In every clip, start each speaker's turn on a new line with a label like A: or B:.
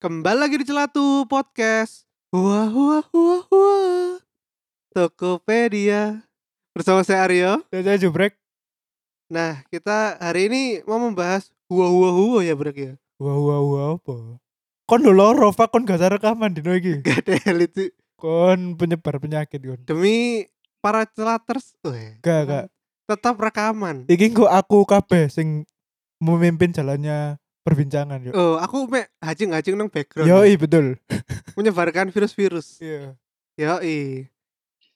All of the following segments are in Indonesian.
A: Kembali lagi di Celatu Podcast. Wah, wah, wah, wah. Tokopedia. Bersama saya Aryo.
B: Dan saya Jubrek.
A: Nah, kita hari ini mau membahas hua hua hua ya, Brek ya.
B: Wah wah wah apa? Kon lho loro pak kon gak ada rekaman dino iki.
A: Gak ada elit sih.
B: Kon penyebar penyakit kon.
A: Demi para celaters, weh,
B: Gak gak. Iya.
A: tetap rekaman.
B: Iki kok aku kabeh sing memimpin jalannya perbincangan yo.
A: Oh, aku mek hajing-hajing nang background.
B: Yoi betul.
A: Menyebarkan virus-virus.
B: Iya.
A: Yoi.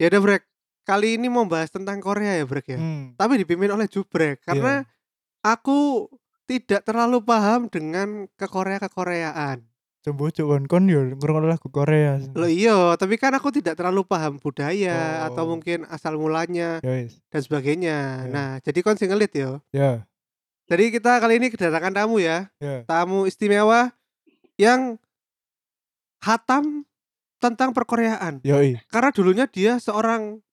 A: Ya udah, Brek. Kali ini mau bahas tentang Korea ya, Brek ya.
B: Hmm.
A: tapi dipimpin oleh Jubrek karena
B: Iya.
A: aku tidak terlalu paham dengan kekorea kekoreaan.
B: Hmm. Jembo cuk kon kon yo ngrungokno lagu Korea.
A: Lo iyo, tapi kan aku tidak terlalu paham budaya
B: Oh.
A: atau mungkin asal mulanya
B: Ya wis.
A: dan sebagainya.
B: Iya.
A: Nah, jadi kon sing ngelit yo.
B: Ya.
A: Jadi kita kali ini kedatangan tamu ya,
B: Ya.
A: tamu istimewa yang hatam tentang perkoreaan.
B: Yoi.
A: Karena dulunya dia seorang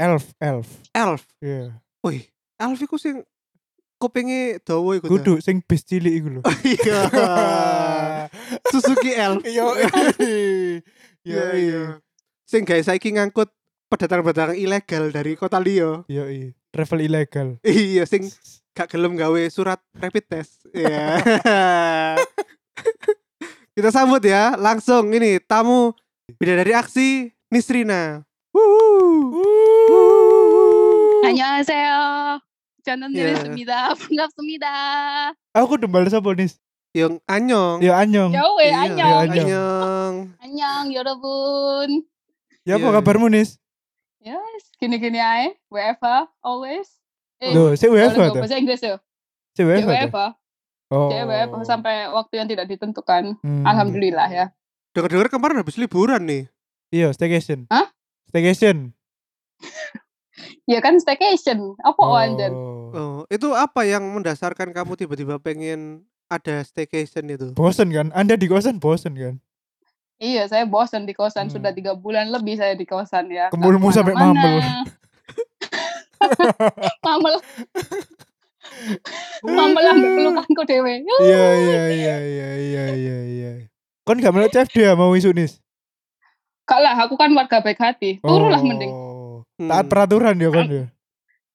B: Elf elf.
A: elf.
B: Iya.
A: Wih, elf iku sing kupinge dawa iku. ta.
B: Kudu sing bis cilik iku lho.
A: Iya. Suzuki elf.
B: Yoi.
A: Iya,
B: Yoi.
A: Sing guys saiki ngangkut pedagang-pedagang ilegal dari kota Lio.
B: Yoi. Travel ilegal.
A: Iya, sing gak gelem gawe surat rapid test. Iya. Kita sambut ya, langsung ini tamu bidadari aksi Nisrina. Wuhu.
C: 안녕하세요. 저는
A: 예.
C: 내렸습니다. 반갑습니다.
B: Aku dembal sapa nis?
A: Yung anyong.
B: Ya anyong.
C: 여우의
A: Iya,
C: 안녕.
B: 안녕.
A: Anyong.
C: 안녕 여러분.
B: Ya apa
A: Iya.
B: kabarmu Nis?
C: Yes. Gini-gini aja. Wherever, always. Eh,
B: Loh, si
C: boleh
B: UEFA
C: nggak
B: tuh.
C: bahasa Inggris ya?
B: Si
C: Ya,
B: UEFA tuh.
C: Wherever.
B: Oh.
C: Ya, wherever. Sampai waktu yang tidak ditentukan.
B: Hmm.
C: Alhamdulillah ya.
A: Dengar-dengar kemarin habis liburan nih.
B: Iya, staycation.
C: Hah?
B: Staycation.
C: Ya kan staycation. Apa oh. anjen?
B: Oh.
A: Oh, itu apa yang mendasarkan kamu tiba-tiba pengen ada staycation itu?
B: Bosen kan? Anda di kosan bosen kan?
C: Iya, saya bosan di kosan.
B: Hmm.
C: Sudah tiga bulan lebih saya di kosan ya. Nggak
B: Kemulmu sampai
C: kemana-mana. mamel, mamel ambil pelukanku dewe.
B: Iya, iya, iya, iya, iya, iya, iya. Kon gak melok CFD ya mau isu Nis?
C: Kalah, aku kan warga baik hati.
B: Oh.
C: Turulah mending.
B: Taat
A: Hmm.
B: peraturan ya kon ya.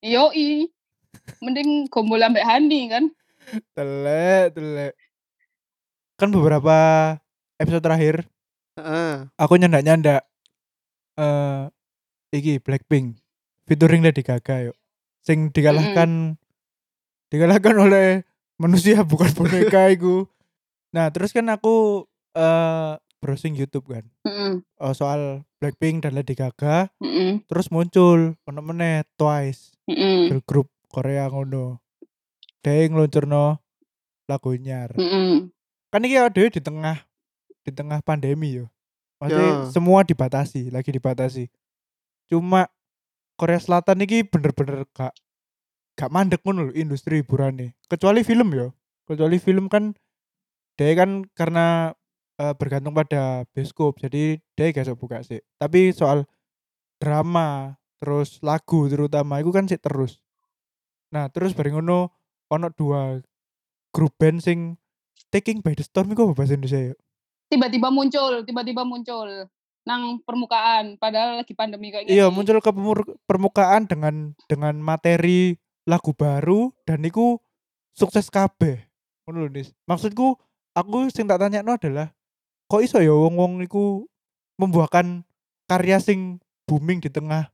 C: Yoi. Mending gombol ambek Handi kan.
B: Telek, telek. Kan beberapa episode terakhir
A: Heeh.
B: aku nyandak nyandak eh iki Blackpink featuring Lady Gaga yuk sing dikalahkan dikalahkan oleh manusia bukan boneka iku nah terus kan aku eh browsing YouTube kan
C: Mm-mm.
B: eh, soal Blackpink dan Lady Gaga
C: Mm-mm.
B: terus muncul ono meneh Twice
C: Mm-mm.
B: girl group Korea ngono Deng ngeluncurno lagu nyar
C: Mm-mm.
B: kan ini ada di tengah di tengah pandemi yo maksudnya
A: Ya.
B: semua dibatasi lagi dibatasi cuma Korea Selatan ini bener-bener gak gak mandek ngono lho industri hiburan kecuali film yo kecuali film kan dia kan karena eh, bergantung pada bioskop jadi dia gak iso buka sih tapi soal drama terus lagu terutama itu kan sih terus nah terus bareng ngono ono dua grup band sing taking by the storm itu apa bahasa Indonesia ya?
C: Tiba-tiba muncul, tiba-tiba muncul nang permukaan padahal lagi pandemi kayak
B: Iya
C: gini.
B: muncul ke pemur- permukaan dengan dengan materi lagu baru dan iku sukses kabeh. Ngono lho, Nis. Maksudku aku sing tak tanyakno adalah kok iso ya wong-wong iku membuahkan karya sing booming di tengah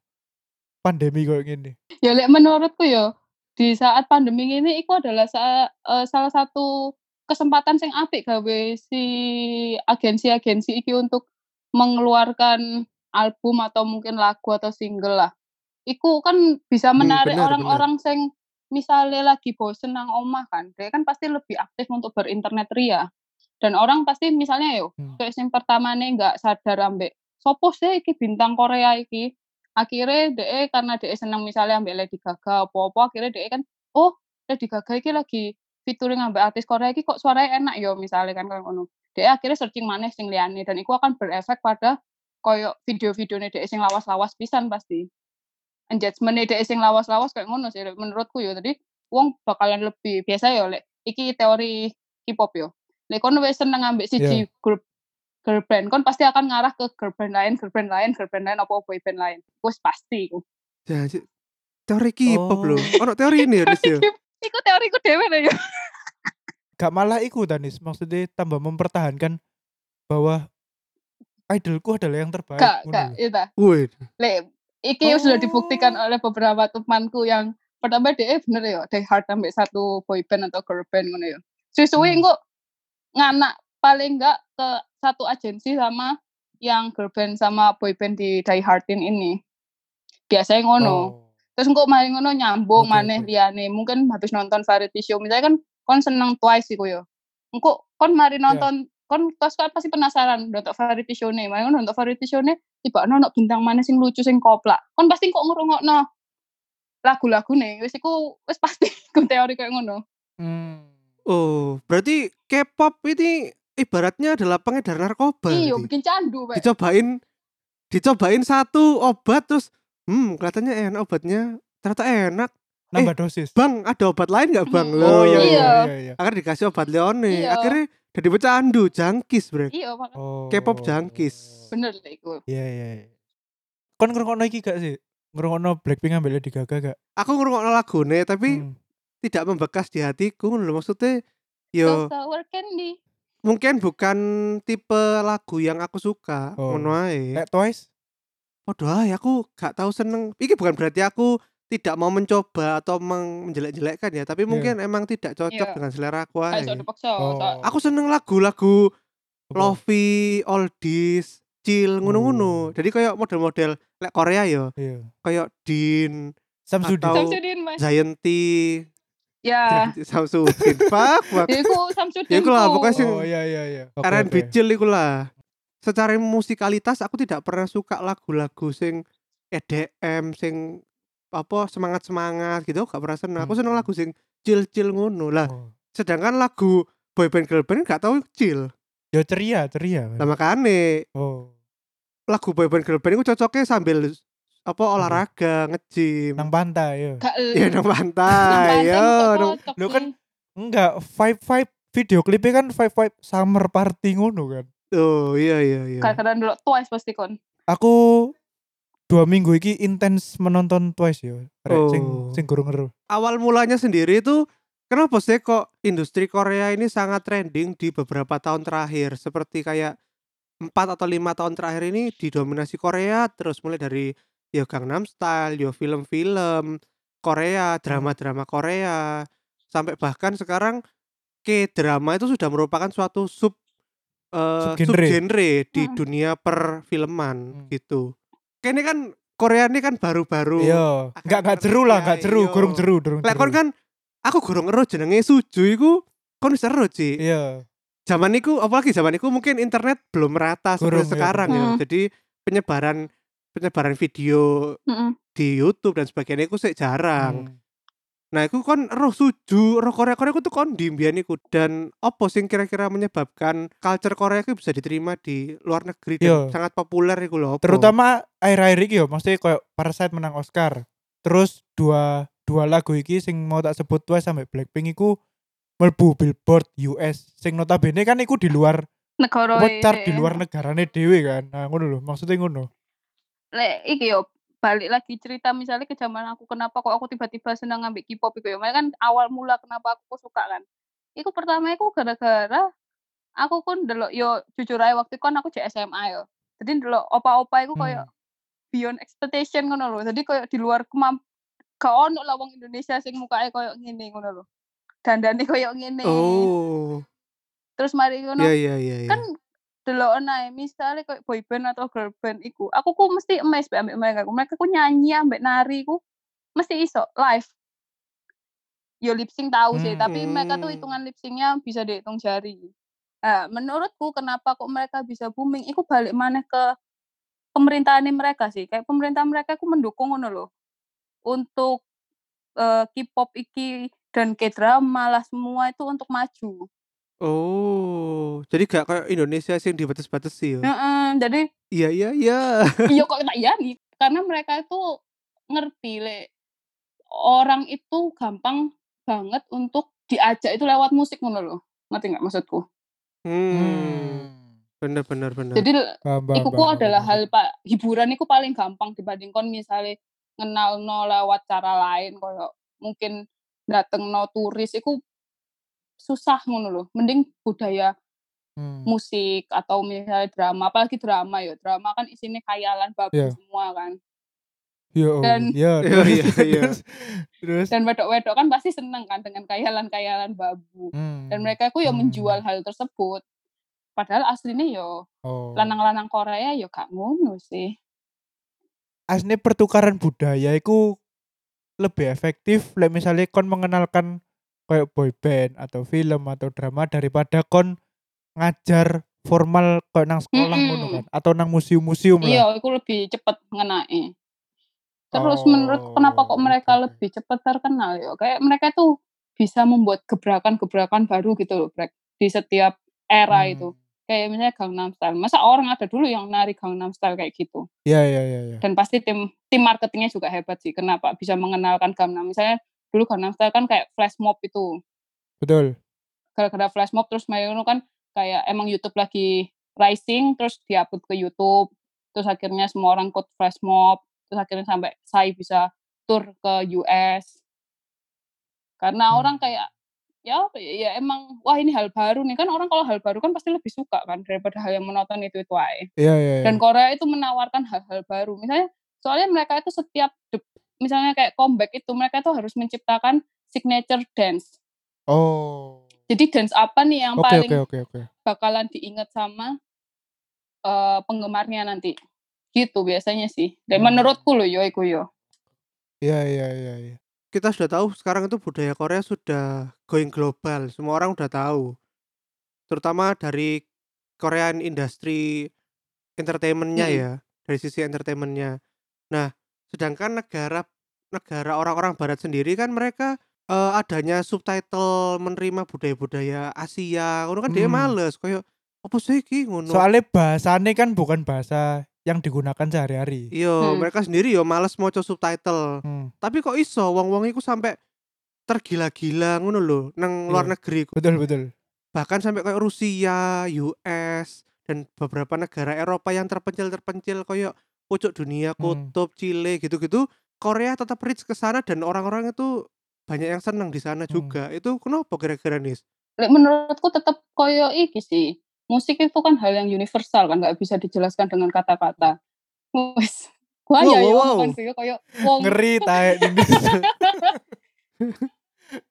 B: pandemi kayak gini.
C: Ya lek menurutku ya di saat pandemi ini itu adalah sa- eh, salah satu kesempatan sing apik gawe si agensi-agensi iki untuk mengeluarkan album atau mungkin lagu atau single lah. Iku kan bisa
A: Hmm,
C: menarik
A: benar,
C: orang-orang sing misalnya lagi bosen nang omah kan, dia kan pasti lebih aktif untuk berinternet ria. Dan orang pasti misalnya yo,
B: Hmm.
C: kayak sing pertama nih nggak sadar ambek sopo sih iki bintang Korea iki akhirnya DE karena DE seneng misalnya ambil Lady Gaga apa-apa akhirnya DE kan oh Lady Gaga iki lagi featuring ambil artis Korea iki kok suaranya enak yo misalnya kan kalau ngono DE akhirnya searching maneh sing liyane dan iku akan berefek pada koyo video-videone DE sing lawas-lawas pisan pasti engagement DE sing lawas-lawas kayak ngono sih menurutku yo tadi wong bakalan lebih biasa yo lek iki teori K-pop yo lek kon wis seneng ambek siji grup girl band kon pasti akan ngarah ke girl band lain girl band lain girl band lain apa boy band lain wis pasti iku
A: Ya, j- teori K-pop
B: Oh.
A: loh. Ono teori ini ya, Nis ya.
C: iku teoriku dhewe lho ya. yo
B: gak malah iku Danis maksudnya tambah mempertahankan bahwa idolku adalah yang terbaik
C: gak
B: ngono
C: gak iya
B: lho.
C: itu
A: Wih,
C: lek iki sudah
B: Oh.
C: dibuktikan oleh beberapa temanku yang pertama DE bener ya die hard ambek satu boy band atau girl band ngono ya suwe-suwe
B: Hmm.
C: engko nganak paling enggak ke satu agensi sama yang girl band sama boy band di die hardin ini biasanya ngono
B: Oh.
C: terus engko mari ngono nyambung
B: Oke,
C: maneh
B: oke.
C: liyane mungkin habis nonton variety show misalnya kan kon seneng twice iku yo engko kon mari
A: Ya.
C: nonton kon terus kan pasti penasaran nonton variety show nih mari ngono nonton variety show nih tiba ono bintang maneh sing lucu sing koplak kon pasti kok ngrungokno lagu-lagu nih wis iku wis pasti iku teori kayak ngono
B: Hmm.
A: oh, berarti K-pop ini ibaratnya adalah pengedar narkoba.
C: iya
A: berarti.
C: bikin candu Pak.
A: Dicobain dicobain satu obat terus hmm kelihatannya enak obatnya ternyata enak.
C: Eh,
B: nambah dosis
A: Bang, ada obat lain nggak, Bang?
C: Hmm.
A: Loh.
C: Oh, iya, iya.
A: Akhirnya dikasih obat Leone.
C: Iya.
A: Akhirnya jadi pecandu, jangkis, Bro.
C: iya Pak.
B: Oh.
A: K-pop jangkis.
C: bener lah iku
B: Iya iya. iya. Kon ngrungokno iki gak sih? Ngrungokno Blackpink ambil Lady Gaga gak?
A: Aku ngurungokno lagune tapi
B: Hmm.
A: tidak membekas di hatiku lho maksudnya
C: Just
A: yo
C: a word candy
A: mungkin bukan tipe lagu yang aku suka
B: Oh.
A: ngono ae.
B: Lek Twice?
A: Waduh, ay, aku gak tahu seneng. Iki bukan berarti aku tidak mau mencoba atau meng- menjelek-jelekkan ya, tapi
B: Iya.
A: mungkin emang tidak cocok
C: Iya.
A: dengan selera aku
C: ayo
A: ae.
C: sok dipaksa
B: Oh.
C: sok.
A: Aku seneng lagu-lagu
B: Apa?
A: lofi, oldies, chill ngono-ngono.
B: Oh.
A: Jadi kayak model-model lek Korea ya,
B: Iya.
A: kayak Din,
B: Samsudin.
A: Atau-
C: Samsudin mas
A: Zayanti,
C: ya
A: Zayanti Samsudin. Pak, pak.
C: ya iku Samsudin
A: Ya iku lah,
C: ku.
A: pokoknya sing-
B: Oh iya iya iya. Oke,
A: R&B
B: oke.
A: chill iku lah. Secara musikalitas aku tidak pernah suka lagu-lagu sing EDM sing apa semangat-semangat gitu aku gak pernah seneng. Aku seneng
B: Hmm.
A: lagu sing chill-chill ngono. Lah,
B: Oh.
A: sedangkan lagu boyband girlband gak tau chill.
B: Ya ceria, ceria. kan?
A: Lah makane
B: Oh.
A: lagu boyband girlband iku cocoknya sambil apa olahraga, nge-gym.
B: Nang pantai ya.
C: gak
A: Ya nang pantai, yo. nang-
B: Lo kan Enggak, vibe-vibe video klipnya kan vibe-vibe summer party ngono kan.
A: Oh, iya iya iya.
C: kadang dulu twice pasti kon
B: Aku dua minggu iki intens menonton Twice ya. Rek, Sing
A: Oh.
B: sing gurung ngeru.
A: awal mulanya sendiri itu kenapa sih kok industri Korea ini sangat trending di beberapa tahun terakhir seperti kayak empat atau lima tahun terakhir ini didominasi Korea terus mulai dari ya Gangnam Style, ya film-film Korea, drama-drama Korea sampai bahkan sekarang K-drama itu sudah merupakan suatu sub eh,
B: Subgenre.
A: subgenre di
C: Mm.
A: dunia perfilman
B: Mm.
A: gitu. Kayak ini kan Korea ini kan baru-baru
B: Iya,
A: akan
B: enggak enggak
A: terus-
B: jeru lah,
A: ya,
B: enggak jeru,
A: iya.
B: gurung jeru, durung
A: Lek kon
B: jeru.
A: kan aku gurung ero jenenge Suju iku kon wis ero Ci.
B: Iya.
A: Zaman iku apalagi zaman iku mungkin internet belum merata seperti
B: Gurung, iya,
A: sekarang ya.
C: gurung.
A: Jadi penyebaran penyebaran video di YouTube dan sebagainya iku sik jarang.
B: Hmm.
A: Nah, iku kon ero Suju, ero Korea-Korea iku tuh kon di mbiyen iku dan opo sing kira-kira menyebabkan culture Korea iku bisa diterima di luar negeri dan
B: Iya.
A: sangat populer iku lho opo?
B: terutama akhir-akhir iki yo maksudnya kayak Parasite menang Oscar terus dua dua lagu iki sing mau tak sebut Twice sampai Blackpink iku melbu billboard US sing notabene kan iku di luar
C: negara eh,
B: apa
C: iya.
B: chart di luar negarane dhewe kan nah ngono lho maksudnya ngono
C: lek iki yo balik lagi cerita misalnya ke zaman aku kenapa kok aku tiba-tiba seneng ngambil K-pop iku yo Makanya kan awal mula kenapa aku kok suka kan iku pertama iku gara-gara aku kan delok yo jujur aja waktu itu kan aku cek SMA yo jadi delok opa-opa
B: Hmm.
C: iku koyo beyond expectation ngono lho. Jadi koyo di luar kemamp gak ono lah wong Indonesia sing mukanya koyo ngene ngono lho. Dandane koyo ngene.
A: Oh.
C: Terus mari ngono
A: Iya iya iya iya.
C: kan delok nae misalnya kayak boy band atau girl band iku aku ku mesti emes be ambek mereka ku mereka ku nyanyi ambek nari ku mesti iso live yo lip sync tahu sih tapi mereka tuh
A: Hmm.
C: hitungan lip syncnya bisa dihitung jari Nah, menurutku kenapa kok mereka bisa booming iku balik maneh ke pemerintahan mereka sih kayak pemerintah mereka aku mendukung ngono loh untuk eh, K-pop iki dan K-drama lah semua itu untuk maju
A: Oh, jadi gak kayak Indonesia sih yang dibatas-batasi ya?
C: Heeh, jadi
A: Iya iya iya.
C: iya kok tak yani karena mereka itu ngerti le orang itu gampang banget untuk diajak itu lewat musik ngono loh ngerti nggak maksudku
A: Hmm, bener bener bener.
C: jadi
B: Iya, Paham, paham,
C: iku ku
B: paham, paham,
C: adalah hal
B: paham.
C: pak hiburan iku paling gampang dibanding kon misalnya kenal no lewat cara lain koyo mungkin dateng no turis iku susah ngono loh mending budaya
B: Hmm.
C: musik atau misalnya drama apalagi drama yo drama kan isinya khayalan babi
B: Iya.
C: semua kan
B: Ya Allah.
C: dan-
B: ya,
A: Iya,
B: terus,
A: iya, iya.
B: terus, terus.
C: dan wedok-wedok kan pasti seneng kan dengan khayalan-khayalan babu
B: Hmm.
C: dan mereka itu ya
B: Hmm.
C: menjual hal tersebut padahal aslinya yo
B: Oh.
C: lanang-lanang Korea yo gak ngono sih
B: aslinya pertukaran budaya itu lebih efektif like misalnya kon mengenalkan kayak boy band atau film atau drama daripada kon ngajar formal kayak nang sekolah
C: Mm-mm.
B: ngono kan atau nang museum-museum lah
C: iya aku lebih cepet mengenai terus menurut kenapa kok
B: Oh,
C: mereka
B: oke, oke.
C: lebih cepet terkenal yo kayak mereka tuh bisa membuat gebrakan-gebrakan baru gitu loh Brek, di setiap era
B: Hmm.
C: itu kayak misalnya Gangnam Style masa orang ada dulu yang nari Gangnam Style kayak gitu
B: ya ya ya ya
C: dan pasti tim tim marketingnya juga hebat sih kenapa bisa mengenalkan Gangnam misalnya dulu Gangnam Style kan kayak flash mob itu
B: betul
C: gara-gara flash mob terus Mayuno kan kayak emang YouTube lagi rising terus diupload ke YouTube terus akhirnya semua orang ikut flash mob terus akhirnya sampai saya bisa tour ke US karena
B: Hmm.
C: orang kayak ya apa ya, ya emang wah ini hal baru nih kan orang kalau hal baru kan pasti lebih suka kan daripada hal yang monoton itu itu aja
B: ya ya ya.
C: dan Korea itu menawarkan hal-hal baru misalnya soalnya mereka itu setiap de- misalnya kayak comeback itu mereka itu harus menciptakan signature dance
B: oh
C: jadi dance apa nih yang
B: oke
C: paling
B: oke oke oke
C: bakalan diingat sama eh, penggemarnya nanti gitu biasanya sih dan
B: Hmm.
C: menurutku loh yo iku yo
B: ya ya ya ya
A: Kita sudah tahu sekarang itu budaya Korea sudah going global. Semua orang udah tahu. Terutama dari Korean industri entertainmentnya
C: Mm.
A: ya, dari sisi entertainmentnya. Nah, sedangkan negara negara orang-orang Barat sendiri kan mereka eh, adanya subtitle menerima budaya-budaya Asia. Ngono kan dia
B: Hmm.
A: males koyo apa sih iki ngono.
B: soalnya bahasanya kan bukan bahasa yang digunakan sehari-hari
A: Yo,
C: Hmm.
A: Iya, mereka sendiri yo males maca subtitle.
B: Hmm,
A: Tapi kok iso wong-wong iku sampai tergila-gila ngono lho nang luar
B: Iya.
A: negeri.
B: betul betul
A: Bahkan sampai kayak Rusia, US dan beberapa negara Eropa yang terpencil-terpencil koyo pucuk dunia,
B: Hmm.
A: kutub, Chile gitu-gitu. Korea tetap rich ke sana dan orang-orang itu banyak yang senang di sana
B: Hmm.
A: juga. Itu kenapa kira-kira nih?
C: Lek menurutku tetap koyo iki sih musik itu kan hal yang universal kan nggak bisa dijelaskan dengan kata-kata wes gua
A: Wow,
C: ya
A: wow,
C: yo
A: wow.
C: bukan sih yo koyo wong
B: ngeri tae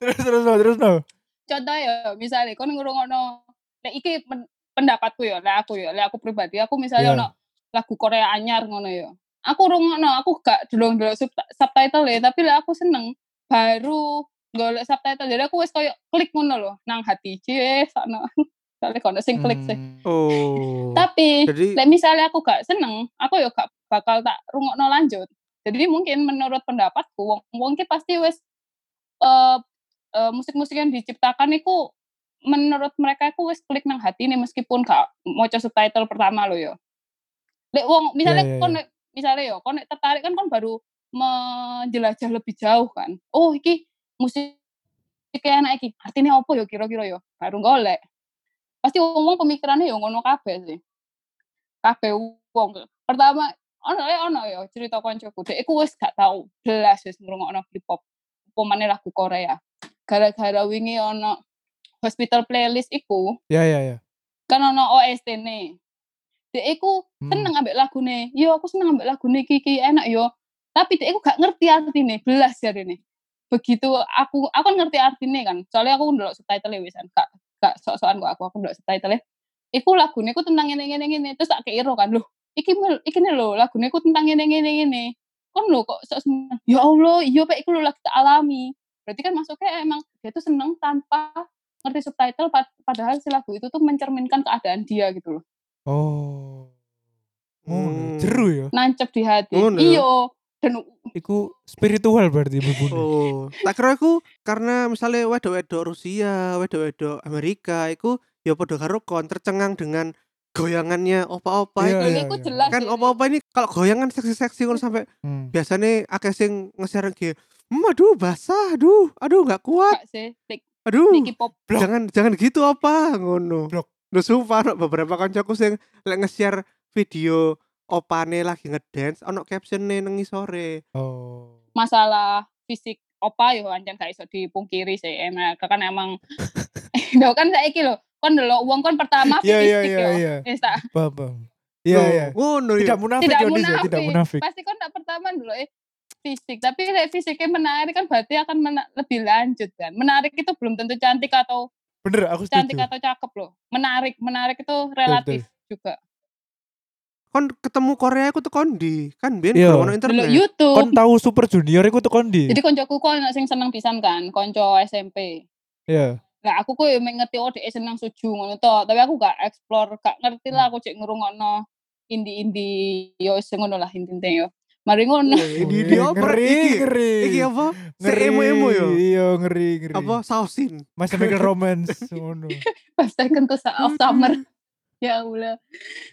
B: terus terus no, terus no
C: contoh ya misalnya kon ngurungono lek iki pen- pendapatku ya lek aku ya lek aku pribadi aku misalnya
B: Iya.
C: ono lagu Korea anyar ngono ya aku rungokno aku gak delok-delok sub- subtitle ya tapi lek aku seneng baru golek subtitle jadi aku wis koyo klik ngono loh nang hati je sakno soalnya kono sing
B: Hmm.
C: klik sih
A: Oh.
C: tapi
A: Jadi
C: lek misalnya aku gak seneng aku ya gak bakal tak rungokno lanjut jadi mungkin menurut pendapatku wong wong ki pasti wis eh eh, musik-musik yang diciptakan itu menurut mereka itu wis klik nang hati nih meskipun gak maca subtitle pertama lo yo lek wong misalnya
B: Ya, ya,
C: kon misalnya yo kon nek tertarik kan kon baru menjelajah lebih jauh kan oh iki musik kayak anak iki artinya apa yo kira-kira yo baru golek pasti wong pemikirannya yo ngono kabeh sih kabeh wong pertama ono ya ono ya cerita koncoku dek iku wis gak tau belas wis ngrungokno K-pop upamane lagu Korea gara-gara wingi ono hospital playlist iku
B: ya ya ya
C: kan ono OST ne dek iku
B: Hmm.
C: seneng ambek lagune yo aku seneng ambek lagune Kiki enak yo tapi dek iku gak ngerti artine belas jarine begitu aku aku kan ngerti artine kan soalnya aku ndelok subtitle wisan gak gak sok-sokan kok aku aku ndelok subtitle iku lagune ku tentang ngene ngene ngene terus tak keiro kan loh iki mel- iki nih lho lagune ku tentang ngene ngene ngene kon lho kok sok seneng ya Allah iya pak iku lho lagi tak alami berarti kan masuknya emang dia tuh seneng tanpa ngerti subtitle pad- padahal si lagu itu tuh mencerminkan keadaan dia gitu loh
B: oh
A: Hmm.
B: ngono jeru ya
C: nancep di hati
A: Ngono ya?
C: iyo dan
B: iku spiritual berarti bubune
A: Oh, tak kira aku karena misalnya wedok-wedok Rusia, wedok-wedok Amerika iku ya padha karo kon tercengang dengan goyangannya opa-opa
B: Iya,
A: iku.
C: Lho,
B: iya.
C: iku jelas
A: Kan
C: sih.
A: opa-opa ini kalau goyangan seksi-seksi ngono sampai
B: Hmm.
A: biasanya akeh sing nge-share ge. "Hmm, aduh basah, aduh, aduh nggak kuat,
C: Gak sih Lik-
B: Hmm.
A: aduh."
C: Niki pop
B: Blok.
A: Jangan jangan gitu apa ngono.
B: Blok.
A: Lu sumpah ono beberapa kancaku sing lek nge-share video opane lagi ngedance ono captionnya nengi sore.
B: oh
C: masalah fisik opa yo anjang gak iso dipungkiri sih emang kan emang Loh, kan saiki lho kan dulu uang kan pertama
B: iya iya
C: fisik
B: iya
C: yo
B: iya
C: Wis tak-
B: paham paham iya
A: Loh,
B: iya
A: Ngono ya.
B: tidak munafik
C: tidak
B: Yonis ya
C: munafik.
B: tidak munafik
C: Pasti kan tak pertama dulu eh fisik, tapi kayak fisiknya menarik kan berarti akan mena- lebih lanjut kan. Menarik itu belum tentu cantik atau
B: bener aku
C: cantik
B: setuju
C: atau cakep loh. Menarik, menarik itu relatif juga.
A: kon ketemu Korea aku tuh kondi kan biar
B: Iya.
A: yeah.
C: Dulu
A: internet
B: kon
C: YouTube.
B: tahu super junior iku tuh kondi
C: Jadi koncoku kok enak sing seneng pisan kan, konco SMP.
B: iya
C: Lah aku kok emang ngerti oh dia seneng suju ngono to, tapi aku gak explore, gak ngerti lah aku cek ngrungokno indie-indie yo sing ngono lah intine yo. Mari ngono.
A: Iya, di di oper
B: Wih, Oh, ngeri
A: iki
B: ngeri
A: iki apa se
B: Ngeri.
A: emo emo yo
B: iya ngeri ngeri
A: apa sausin
B: Mas Chemical Romance ngono.
C: Pas kentus off
A: Hmm.
C: summer. iya, ya Allah.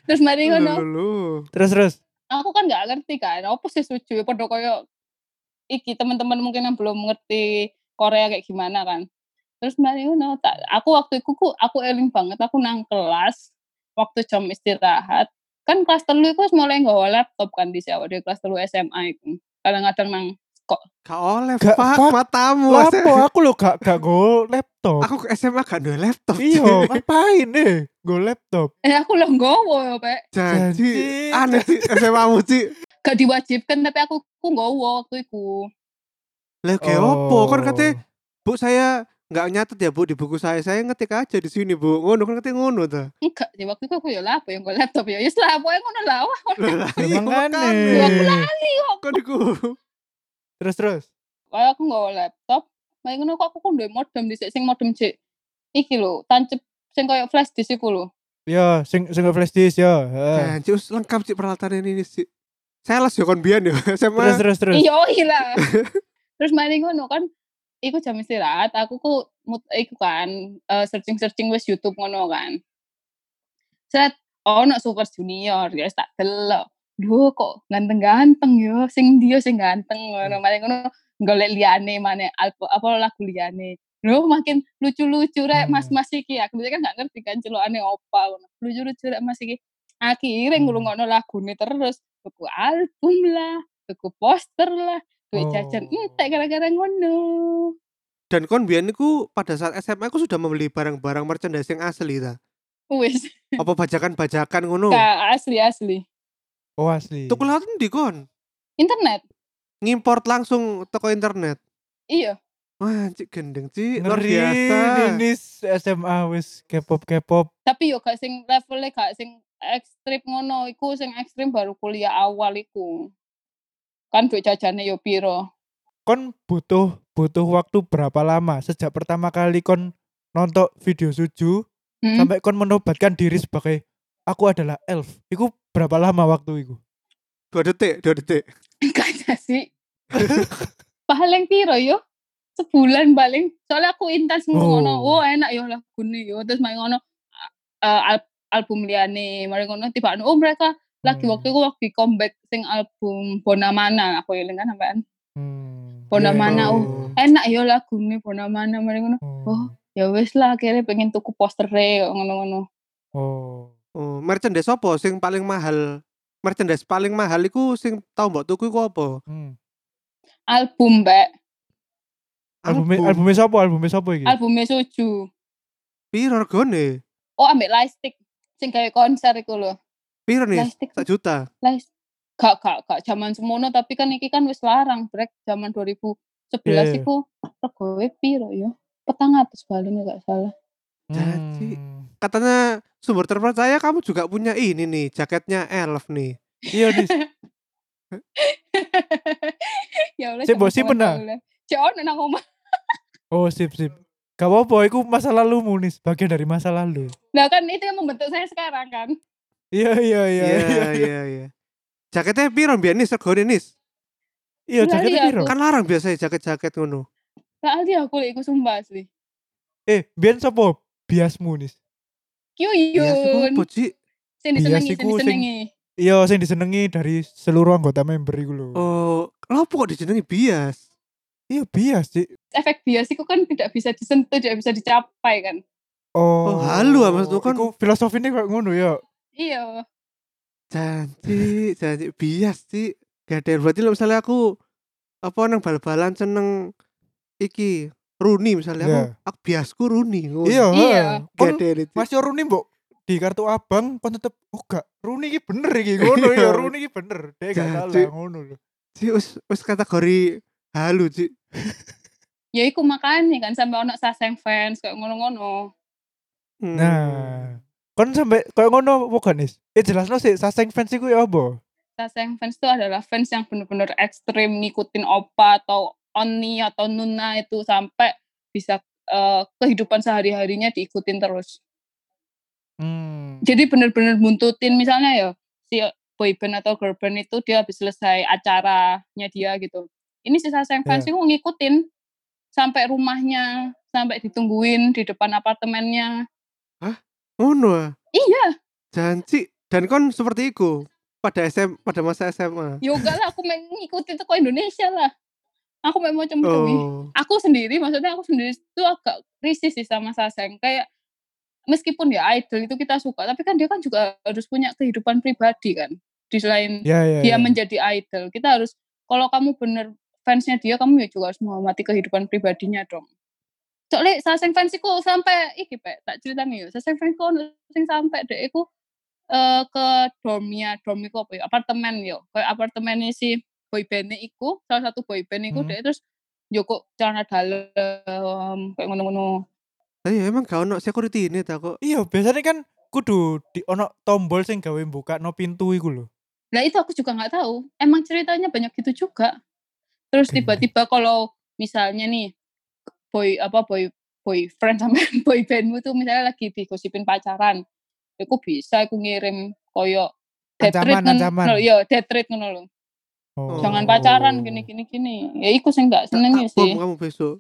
C: Terus mari ngono.
A: dulu
B: Terus terus.
C: aku kan nggak ngerti kan apa sih suju padha koyo iki teman-teman mungkin yang belum ngerti Korea kayak gimana kan terus mari ngono tak aku waktu itu ku- aku eling banget aku nang kelas waktu jam istirahat kan kelas telu itu wis mulai nggawa laptop kan di awal dari kelas telu SMA itu kadang-kadang nang
A: gak oleh
B: Gak,
A: pak
B: Pak.
A: matamu
B: Lapo aku lo gak gak go laptop.
A: aku ke SMA gak ada laptop
B: Iya, ngapain deh go laptop.
C: eh aku lo nggawa ya pak
A: jadi
B: Janji.
A: aneh sih SMA mu sih
C: gak diwajibkan tapi aku ku nggawa waktu itu
A: lah kayak
B: Oh.
A: apa kan katanya bu saya nggak nyatet ya bu di buku saya saya ngetik aja di sini bu ngono kan katanya ngono tuh
C: enggak di waktu itu aku ya lah apa yang nggawa laptop ya ya lah apa yang ngono lah wah
A: lah iya,
B: Makanya.
C: aku lali kok
A: kan iku
B: Terus terus.
C: Kayak aku nggawa laptop, mari ngono kok aku ku duwe modem dhisik sing modem jek iki lho, tancep sing koyo flash disk iku lho.
B: Ya, sing sing flash disk ya. heeh.
A: Janji, us, Nah, lengkap sih peralatan ini sih sales ya kon biyen ya
B: Terus
A: SMA
B: terus terus.
C: Iya lah. Terus mari ngono kan iku jam istirahat, aku ku mut iku kan eh, searching-searching wis YouTube ngono kan. Set ono Super Junior, ya wis tak delok. Duh kok ganteng-ganteng yo, sing dia sing ganteng
B: Hmm.
C: ngono. Mari ngono golek liyane maneh alpo- apa lagu liyane. Loh makin lucu-lucu rek
B: Hmm.
C: mas-mas iki ya. Kemudian kan gak ngerti kan celokane opa ngono. Lucu-lucu rek mas iki. Akhirnya
B: Hmm.
C: ngrungokno lagune terus tuku album lah, tuku poster lah, duit
B: Oh.
C: jajan entek gara-gara ngono.
A: dan kon biyen iku pada saat SMA aku sudah membeli barang-barang merchandise yang asli ta.
C: Wis,
A: Apa bajakan-bajakan ngono?
C: gak asli-asli.
B: Oh asli.
A: Tuku laten di kon.
C: Internet.
A: Ngimport langsung toko internet.
C: Iya,
A: Wah, cik gendeng cik, luar
B: Ngeri
A: biasa.
B: ini SMA wis K-pop K-pop.
C: tapi yo gak sing levelnya gak sing ekstrim ngono iku sing ekstrim baru kuliah awal iku. Kan duit jajannya yo piro.
B: Kon butuh butuh waktu berapa lama sejak pertama kali kon nonton video suju
C: Hmm?
B: sampai kon menobatkan diri sebagai aku adalah elf. Iku berapa lama waktu iku?
A: Dua detik, dua detik.
C: Gak ada sih. paling piro yo? Sebulan paling. Soalnya aku intens ngono.
B: Oh.
C: Oh. enak yo lagune yo. Terus main ngono eh, al- album liane. Mari ngono tiba oh mereka lagi
B: Hmm.
C: waktu itu waktu comeback sing album Bonamana aku eling kan sampean.
B: Hmm.
C: Pondok
B: iya,
C: mana,
B: iya, Hmm.
C: oh.
B: iya.
C: Enak yo lagune Bonamana mari ngono. Oh. Ya wis lah akhirnya pengen tuku poster e, ngono-ngono.
B: Oh.
A: Oh, merchandise apa sing paling mahal? Merchandise paling mahal iku sing tau mbok tuku iku apa?
B: Hmm.
C: Album, Mbak.
B: Albumnya
A: Album.
B: albumnya sapa? Albumnya sapa iki?
C: Albumnya Suju.
A: Piro regane?
C: Oh, ambek lightstick sing kayak konser iku lho.
A: Piro nih?
C: Lightstick.
A: Sak juta.
C: lah gak gak gak zaman semono tapi kan iki kan wis larang brek zaman 2011
B: Iya, iya.
C: iku regowe piro ya petang atas paling ya, gak salah
A: Janji.
B: Hmm.
A: Katanya sumber terpercaya kamu juga punya ini nih, jaketnya elf nih.
B: Iya nih.
C: ya Allah
B: Sik, mbok simpen ah?
C: Jangan nang omah.
B: Oh, sip sip. Gak apa-apa, iku masa lalumu nih, bagian dari masa lalu.
C: Lah kan itu yang membentuk saya sekarang kan.
B: Iya iya iya iya.
A: Iya iya iya. Jaketnya piro mbiyen nis regane nis?
B: Iya
C: Lali
B: jaketnya
C: aku.
B: piro?
A: Kan larang biasanya jaket-jaket ngono.
C: Lah ali aku lek iku sumpah asli.
B: Eh, biyen sapa biasmu nis?
C: Iya
B: Iya
A: Bias iku
C: Kyuyun.
A: apa, Ci?
C: Sing
B: bias
C: disenengi, sing
B: iku sing-
C: disenengi.
B: Iya, sing disenengi dari seluruh anggota member iku lho.
A: Oh, lha apa kok dijenengi bias?
B: Iya, bias sih.
C: Efek bias iku kan tidak bisa disentuh, tidak bisa dicapai kan.
B: Oh,
A: halu ya, maksudku kan-
B: Iku filosofine kok ngono ya.
C: Iya.
A: Janji, janji bias sih. Gak ada. Berarti lah misalnya aku apa nang bal-balan seneng iki Runi misalnya aku,
B: Iya.
A: aku biasku Runi. ngono.
B: Iya.
C: Iya.
A: Gak
B: Kon
A: ada ini.
B: Mas yo Runi mbok di kartu abang kon tetep oh gak Runi iki bener iki ngono
A: Iya.
B: ya Runi iki bener. Dek gak
A: Jancuk.
B: salah ngono lho.
A: Ci, wis wis kategori halu, Ci.
C: Ya iku makanya kan sampai ono saseng fans kayak ngono-ngono.
A: Hmm.
B: Nah, kon sampe koyo ngono apa gak nis? Eh jelasno sih saseng fans iku ya apa?
C: Saseng fans itu adalah fans yang bener-bener ekstrim ngikutin opa atau oni atau nuna itu sampai bisa eh, kehidupan sehari-harinya diikutin terus.
B: Hmm.
C: jadi bener-bener buntutin misalnya ya si boyband atau girlband itu dia habis selesai acaranya dia gitu ini sisa sayang fans itu ngikutin sampai rumahnya sampai ditungguin di depan apartemennya
A: Ngono ah.
C: iya
A: Janji dan kon seperti iku pada SM pada masa SMA.
C: yoga ya lah aku main ngikutin toko Indonesia lah aku main macam macam
A: Oh.
C: aku sendiri maksudnya aku sendiri itu agak krisis sih sama Saseng kayak meskipun ya idol itu kita suka tapi kan dia kan juga harus punya kehidupan pribadi kan di selain
B: Ya ya.
C: dia
B: ya.
C: menjadi idol. Kita harus kalau kamu bener fansnya dia, kamu ya juga harus menghormati kehidupan pribadinya dong. Soalnya saseng fans iku sampai iki Pak, tak ceritani yo. Saseng fans iku ono sing sampai dek iku eh, ke dormnya, dorm iku apa ya? Apartemen yo. Kayak apartemennya si boyband iku, salah satu boyband iku
B: Hmm.
C: dek terus joko celana dalam kayak ngono-ngono.
A: Tapi ya emang gak ono security ini ta kok.
B: Iya, biasanya kan kudu di ono tombol sing gawe buka no pintu iku lho.
C: Nah itu aku juga nggak tahu. Emang ceritanya banyak gitu juga. Terus
B: Oke.
C: tiba-tiba kalau misalnya nih boy apa boy boyfriend sama boybandmu tuh misalnya lagi digosipin pacaran, aku bisa aku ngirim koyo death
B: Ancaman,
C: threat ngen-
B: ancaman.
C: no, Iya, death threat ngono lho.
B: Oh.
C: Jangan pacaran gini gini gini. Ya iku sih nggak
A: Tak
C: seneng
A: tak bom
C: sih.
A: kamu besok.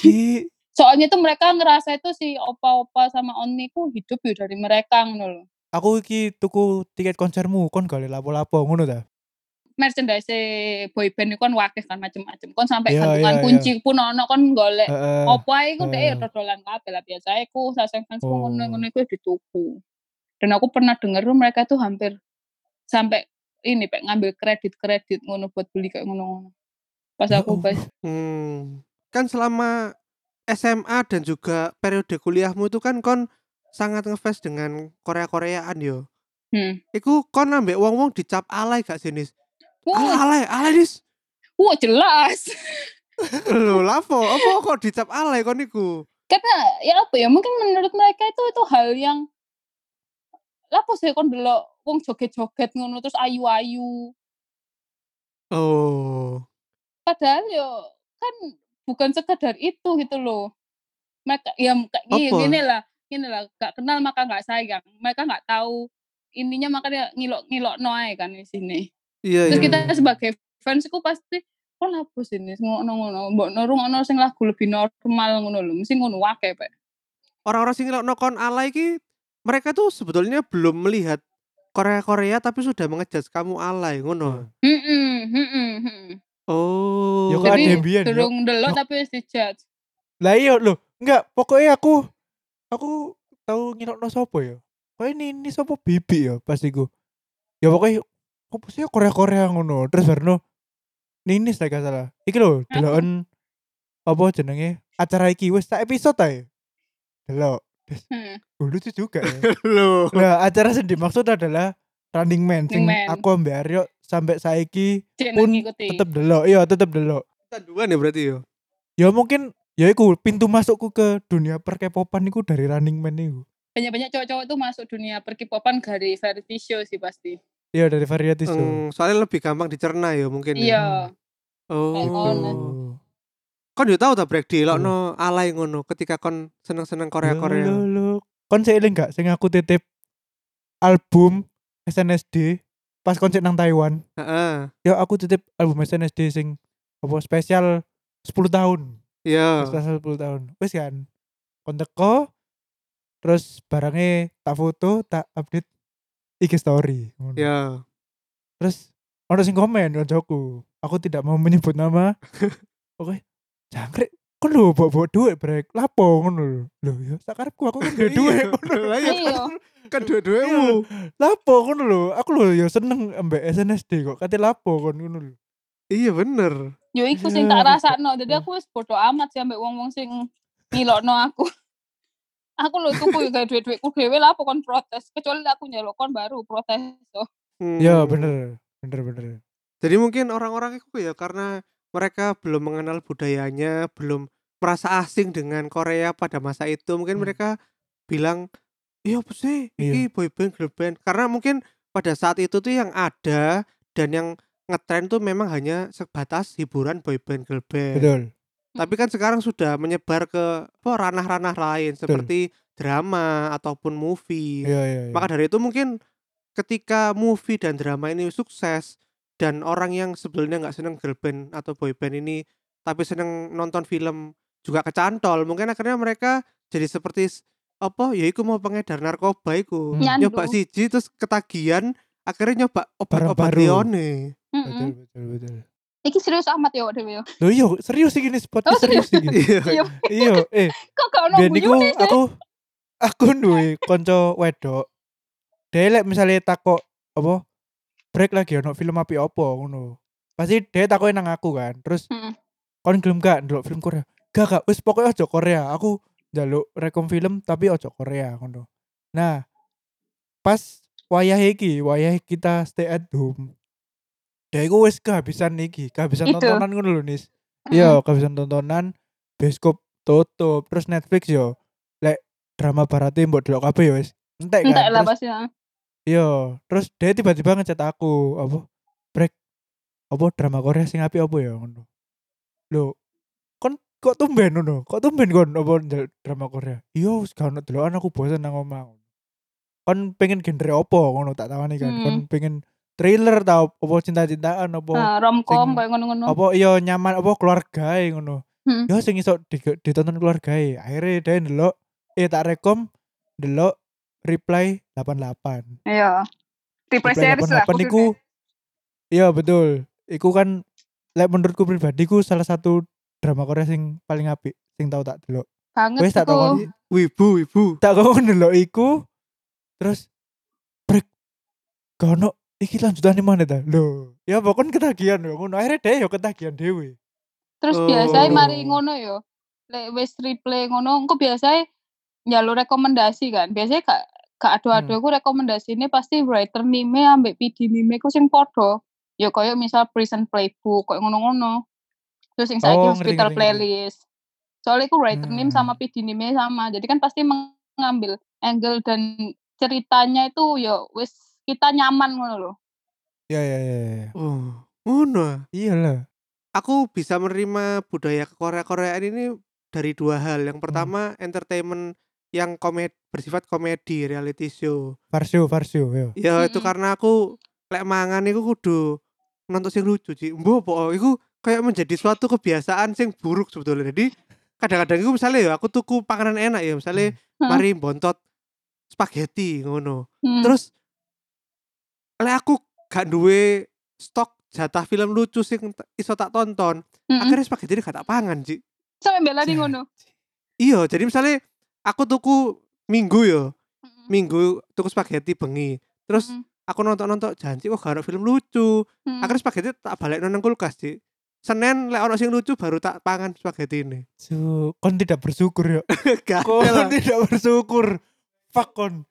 B: Ki-
C: Soalnya itu mereka ngerasa itu si opa-opa sama onni ku hidup ya dari mereka ngono lho.
B: aku iki tuku tiket konsermu kon gale lapo-lapo ngono ta.
C: Merchandise boyband itu kan wakil kan macem-macem. Kon sampai
B: Iya,
C: gantungan
B: iya,
C: kunci pun ono kon golek Eh,
B: Heeh.
C: opo ae iku dhek ya
B: eh.
C: dodolan kabeh lah biasa iku saseng fans ku
B: Oh.
C: ngono-ngono iku ya dituku. Dan aku pernah denger tuh mereka tuh hampir sampai ini pek ngambil kredit-kredit ngono buat beli kayak ngono-ngono. Pas
B: Ya
C: aku
B: ampun.
C: pas
A: Hmm. Kan selama SMA dan juga periode kuliahmu itu kan kon sangat ngefans dengan Korea-Koreaan yo.
C: hmm.
A: Iku kon ambek wong-wong dicap alay gak sinis? Alay
C: Wah,
A: alay alay nis.
C: wah jelas.
A: Lho lapo apa kok dicap alay kon iku?
C: Karena ya apa ya mungkin menurut mereka itu itu hal yang lapo sih kon delok wong joget-joget ngono terus ayu-ayu.
A: Oh.
C: Padahal yo kan bukan sekedar itu gitu loh. Mereka ya
A: Apa?
C: kayak gini lah, gini lah, gak kenal maka gak sayang. Mereka gak tahu ininya makanya ngilok-ngilok noai kan di sini.
A: Iya
C: Terus
A: iya.
C: kita
A: iya.
C: sebagai fans itu pasti "Oh, kok lapo sini ngono-ngono, mbok nurung ono sing lagu lebih normal ngono lho, mesti ngono wae Pak.
A: Orang-orang sing ngelokno kon alay ki mereka tuh sebetulnya belum melihat Korea-Korea tapi sudah mengejudge kamu alay ngono.
C: Heeh, heeh, heeh.
A: Iya. Oh.
B: Ya kok
C: Jadi
B: ada yang biyen, Eh, yo.
C: hmm, Durung delok tapi wis dijudge.
B: Lah iya lho, enggak pokoknya aku aku tahu ngirokno sapa ya. Kok ini ini sapa bibi ya pas iku. Ya pokoknya opo sih Korea-Korea ngono. Terus barno Ninis lah gak salah. Iki lho, deloken apa jenenge acara iki wis tak episode ae. Delok.
C: Heeh.
B: Oh, lucu juga ya.
A: Loh.
B: Nah, acara sendiri maksud adalah Running Man. Sing
C: Running Man.
B: aku ambek Aryo sampai saiki
C: Cek
B: Pun
C: ngikuti.
B: tetep delok. Iya, tetep delok.
A: Tanduan ya berarti yo.
B: Ya mungkin ya iku pintu masukku ke dunia per K-popan iku dari Running Man iku.
C: Banyak-banyak cowok-cowok tuh masuk dunia perkipopan dari variety show sih pasti.
B: Iya, dari variety show.
A: Hmm, soalnya lebih gampang dicerna ya mungkin. ya.
C: Iya. ngono.
A: Oh.
B: Oh.
A: Kon yo tau ta break di lokno alay ngono ketika kon seneng-seneng
B: Lo,
A: Korea-Korea.
B: lo, lo. Kon seiling gak sing aku titip album SNSD pas konser nang Taiwan
A: Heeh.
B: ya aku titip album SNSD sing apa spesial 10 tahun
A: Iya.
B: spesial 10 tahun wis kan kon teko terus barangnya tak foto tak update IG story ngono.
A: Iya.
B: terus orang sing komen koncoku aku tidak mau menyebut nama oke jangkrik kok lu bawa bawa duit brek lapo ngono lho lho ya sakarepku aku kan duwe duit ngono lho.
A: Lah, iya,
C: Iya.
A: kan- Kan dua-duamu.
B: lapo ngono lho aku lho ya seneng ambek SNSD kok kate lapo kon ngono lho
A: Iya bener.
C: Yo iku sing tak rasakno. Jadi aku wis bodo amat sih ambek wong-wong sing ngilokno aku. aku lho tuku ya gak duit-duitku dhewe lah apa kon protes. Kecuali aku nyelok kon baru protes. So.
A: Hmm.
B: ya bener bener bener
A: Jadi mungkin orang-orang itu ya karena mereka belum mengenal budayanya, belum merasa asing dengan Korea pada masa itu, mungkin
B: Hmm.
A: mereka bilang, "Iya apa sih?
B: Iya.
A: Iki boyband girl band." Karena mungkin pada saat itu tuh yang ada dan yang ngetren tuh memang hanya sebatas hiburan boyband girl band.
B: betul
A: Tapi kan sekarang sudah menyebar ke apa, ranah-ranah lain seperti drama ataupun movie.
B: iya iya iya.
A: Maka dari itu mungkin ketika movie dan drama ini sukses dan orang yang sebelumnya nggak seneng girl band atau boy band ini tapi seneng nonton film juga kecantol mungkin akhirnya mereka jadi seperti s- apa ya iku mau pengedar narkoba iku
B: Hmm.
C: Nyandu.
A: nyoba siji terus ketagihan akhirnya nyoba
B: Barang
A: obat-obat
B: baru.
A: lione
B: betul
C: Mm-mm.
B: betul betul
C: Iki serius amat ya dhewe yo.
B: lho iya serius sih gini
C: Oh,
B: spotnya serius sih gini
A: iya
C: Iya.
B: iya eh
C: Kok gak ono
B: Biar niku
C: guyone sih?
B: aku aku duwe kanca wedok. Dhewe lek misale takok apa break lagi ono film api apa ngono. Pasti dhewe takoke nang aku kan. Terus
C: Mm.
B: kon gelem gak ndelok film Korea? Gak gak wis pokoknya ojo Korea. Aku njaluk rekom film tapi ojo Korea ngono. Nah, pas wayah iki, wayah kita stay at home. Dhewe iku wis kehabisan iki, kehabisan
C: Itu.
B: tontonan ngono lho, Nis. Iya, kehabisan tontonan, bioskop tutup, terus Netflix yo. Lek drama barate mbok delok kabeh yo wis. Entek kan.
C: Entek lah
B: terus,
C: pasti. ah.
B: iya, terus dia tiba-tiba ngechat aku, apa? Break. Apa drama Korea sing apik apa ya ngono. Lho, kon kok tumben ngono? Kok tumben kon apa ndelok drama Korea? Iya, wis gak ono delokan aku bosen nang omah. Kon pengen genre apa ngono tak tawani kan.
C: Hmm.
B: Kon pengen thriller tau apa cinta-cintaan apa
C: Ah,
B: sing-
C: romcom kayak ngono-ngono.
B: apa iya nyaman apa keluarga ya, ngono
C: Oh. Hmm.
B: ya sing iso di- ditonton keluarga ya. akhirnya dia ndelok eh tak rekom ndelok reply 88
C: Iya. Triple
B: reply
C: series lah.
B: 88 iku iya betul iku kan lek menurutku pribadi ku salah satu drama Korea sing paling apik sing tau tak delok
C: Banget
B: wis tak
C: iku.
B: takon
A: wibu wibu
B: tak kon ndelok iku terus break kono iki lanjutane mana ta lho ya pokoknya ketagihan ya ngono akhirnya dia ya ketagihan dewe
C: Terus
A: Oh.
C: biasanya mari ngono yo. Lek wis replay ngono, engko biasanya njalur rekomendasi kan. Biasanya gak gak ado-ado
A: Hmm.
C: aku rekomendasine pasti writer meme ambek PD meme ku sing padha. Ya koyo misal Prison Playbook koyo ngono-ngono. Terus sing saiki
B: Oh, ngerti,
C: hospital
B: ngerti, ngerti.
C: playlist. Soalnya aku writer meme
B: Hmm.
C: sama PD meme sama. Jadi kan pasti mengambil angle dan ceritanya itu ya wis kita nyaman ngono loh.
B: ya ya ya, ya.
A: oh ngono ah.
B: Iyalah.
A: aku bisa menerima budaya Korea-Koreaan ini dari dua hal.
C: Hmm.
A: Yang pertama entertainment yang komed bersifat komedi reality show.
B: Varsio, Varsio, ya.
A: Ya itu
C: Mm-mm.
A: karena aku lek mangan iku kudu nonton sing lucu, Ci. Mbok apa iku kayak menjadi suatu kebiasaan sing buruk sebetulnya. Jadi kadang-kadang iku misalnya ya aku tuku panganan enak ya, misalnya
C: Hmm.
A: mari bontot spaghetti ngono.
C: Hmm.
A: Terus lek aku gak duwe stok jatah film lucu sing t- iso tak tonton,
C: Mm-mm.
A: akhirnya spaghetti ini gak tak pangan Ci.
C: sampai bela di hmm. ngono.
A: iya jadi misalnya aku tuku minggu yo
C: Mm-mm.
A: minggu tuku spaghetti bengi terus
C: Mm-mm.
A: aku nonton nonton janji kok gak ada film lucu
C: Mm.
A: akhirnya spaghetti tak balik nang kulkas sih Senin lek ono sing lucu baru tak pangan spaghetti ini.
B: Su, kon tidak bersyukur ya. Kon
A: Gagal. lah.
B: tidak bersyukur. Fuck kon.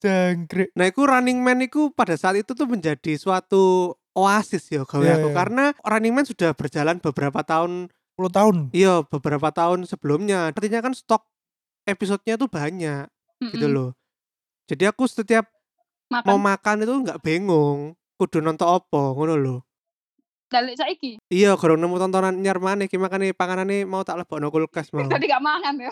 B: Jangkrik.
A: Nah, iku Running Man iku pada saat itu tuh menjadi suatu oasis ya gawe
B: Iya,
A: aku
B: iya.
A: karena Running Man sudah berjalan beberapa tahun
B: 10 tahun.
A: iya beberapa tahun sebelumnya. Artinya kan stok episodenya tuh banyak gitu
C: Mm-mm.
A: loh. Jadi aku setiap
C: hmm, Makan
A: mau makan itu nggak bingung kudu nonton opo ngono lho
C: dalik saiki.
A: iya gorong nemu tontonan nyar maneh ki makane panganane mau tak lebokno kulkas mau
C: Tadi gak mangan ya.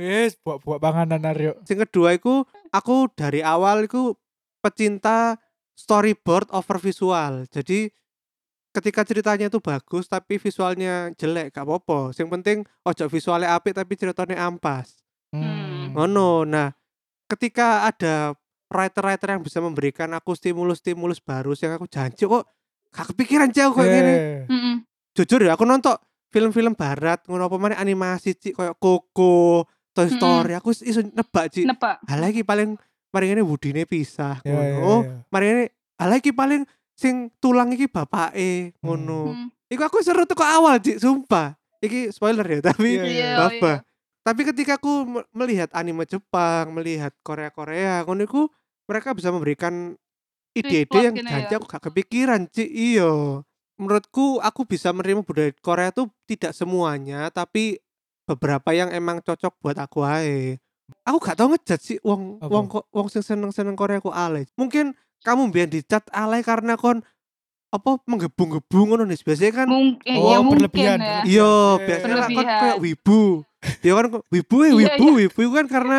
B: Wis buat-buat panganan Aryo.
A: Sing kedua iku aku dari awal iku pecinta storyboard over visual. Jadi ketika ceritanya itu bagus tapi visualnya jelek gak apa-apa. Sing penting ojo visualnya apik tapi ceritanya ampas.
C: Hmm.
A: Ngono. Nah, ketika ada writer-writer yang bisa memberikan aku stimulus-stimulus baru yang aku janji kok gak kepikiran jauh kayak gini.
B: Eh,
C: Mm-mm.
A: jujur ya aku nonton film-film barat ngono apa maneh animasi cik kayak Coco Toy
C: Mm-mm.
A: Story aku is- iso nebak cik
C: Nebak.
A: hal lagi paling paling ini budine pisah
B: ya, ya,
A: ngono oh
B: ya.
A: paling ini hal lagi paling sing tulang iki bapake
B: Oh,
A: ngono
C: Mm.
A: iku aku seru tuh kok awal cik sumpah iki spoiler ya tapi
B: Iya,
C: Iya,
A: Bapak.
C: iya.
A: tapi ketika aku me- melihat anime Jepang, melihat Korea-Korea, ngono iku mereka bisa memberikan ide-ide
C: Tweet
A: yang
C: gini
A: janji
C: ya.
A: aku gak kepikiran, Ci. Iya. Menurutku aku bisa menerima budaya Korea tuh tidak semuanya, tapi beberapa yang emang cocok buat aku ae. Aku gak tau ngejat sih wong
B: Apa?
A: wong ko- wong sing seneng-seneng Korea ku alay. Mungkin kamu biar dicat alay karena kon apa menggebung-gebung ngono nih. Biasanya kan
C: Mungkin ya
B: Oh,
C: mungkin ya.
B: berlebihan, berlebihan.
A: Iya,
B: Eh.
A: biasanya lah kan
C: Berlebihan.
A: kayak wibu. Ya kan kok wibu ya
C: Iya,
A: wibu,
C: iya.
A: wibu kan karena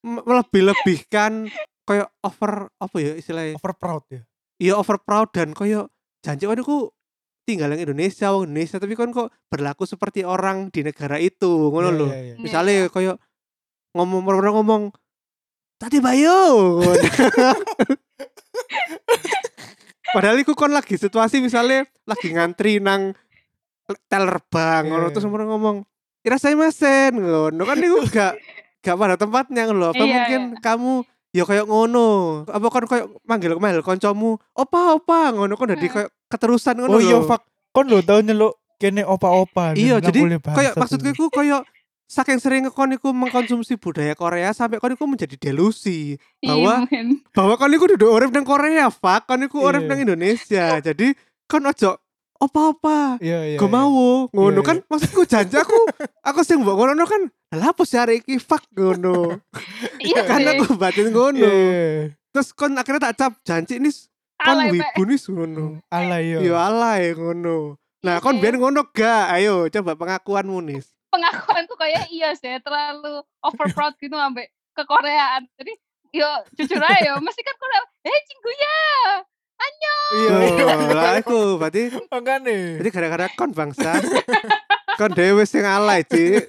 A: me- melebih-lebihkan kayak over apa ya istilahnya?
B: Over proud ya.
A: Iya over proud dan kayak janji kan aku tinggal yang Indonesia, wong Indonesia tapi kan kok berlaku seperti orang di negara itu, ngono
B: Ya,
A: lho.
B: ya, ya.
C: Iya,
A: Misalnya kayak ngomong orang ngomong tadi bayo. Padahal iku kon lagi situasi misalnya lagi ngantri nang teller bank ngono
B: Iya.
A: terus orang ngomong ira saya masen ngono kan iku gak gak pada tempatnya ngono apa
C: Iya,
A: mungkin kamu ya kayak ngono apa kan kayak manggil manggil koncomu opa opa ngono kan jadi
C: Heeh.
A: kayak keterusan ngono
B: Oh iya
A: lho.
B: fuck. Kon lo tau nyeluk kene opa-opa.
A: Iya,
B: nang
A: jadi
B: boleh bangsat
A: kayak maksudku
B: ini.
A: iku kayak saking sering kon iku mengkonsumsi budaya Korea sampai kon iku menjadi delusi
C: Iya,
A: bahwa-
C: mungkin.
A: bahwa kon iku duduk urip nang Korea fuck kon iku urip
B: Iya.
A: nang Indonesia jadi kon ojo opa-opa
B: Iya, iya.
A: Gak mau ngono
B: Iya, iya.
A: kan maksudku janji aku aku sing mbok ngono kan lha apa sih hari iki fuck ngono
C: Iya
A: kan
C: sih.
A: aku batin
B: Iya.
A: ngono
B: iya.
A: terus kon akhirnya tak cap janji ini kon
B: kan
C: Alay, Pak.
A: wibu nih ngono
B: Ala yo.
A: yo alay ngono nah kon
C: Iya.
A: biar ngono gak ayo coba pengakuanmu nis
C: pengakuanku kayak iya sih terlalu over proud gitu sampai ke Koreaan jadi yo jujur aja yo mesti kan Korea eh cingguya
B: Iya.
A: yo lah aku berarti
B: Makane.
A: berarti gara-gara kon bangsa kon dewe sing alay cik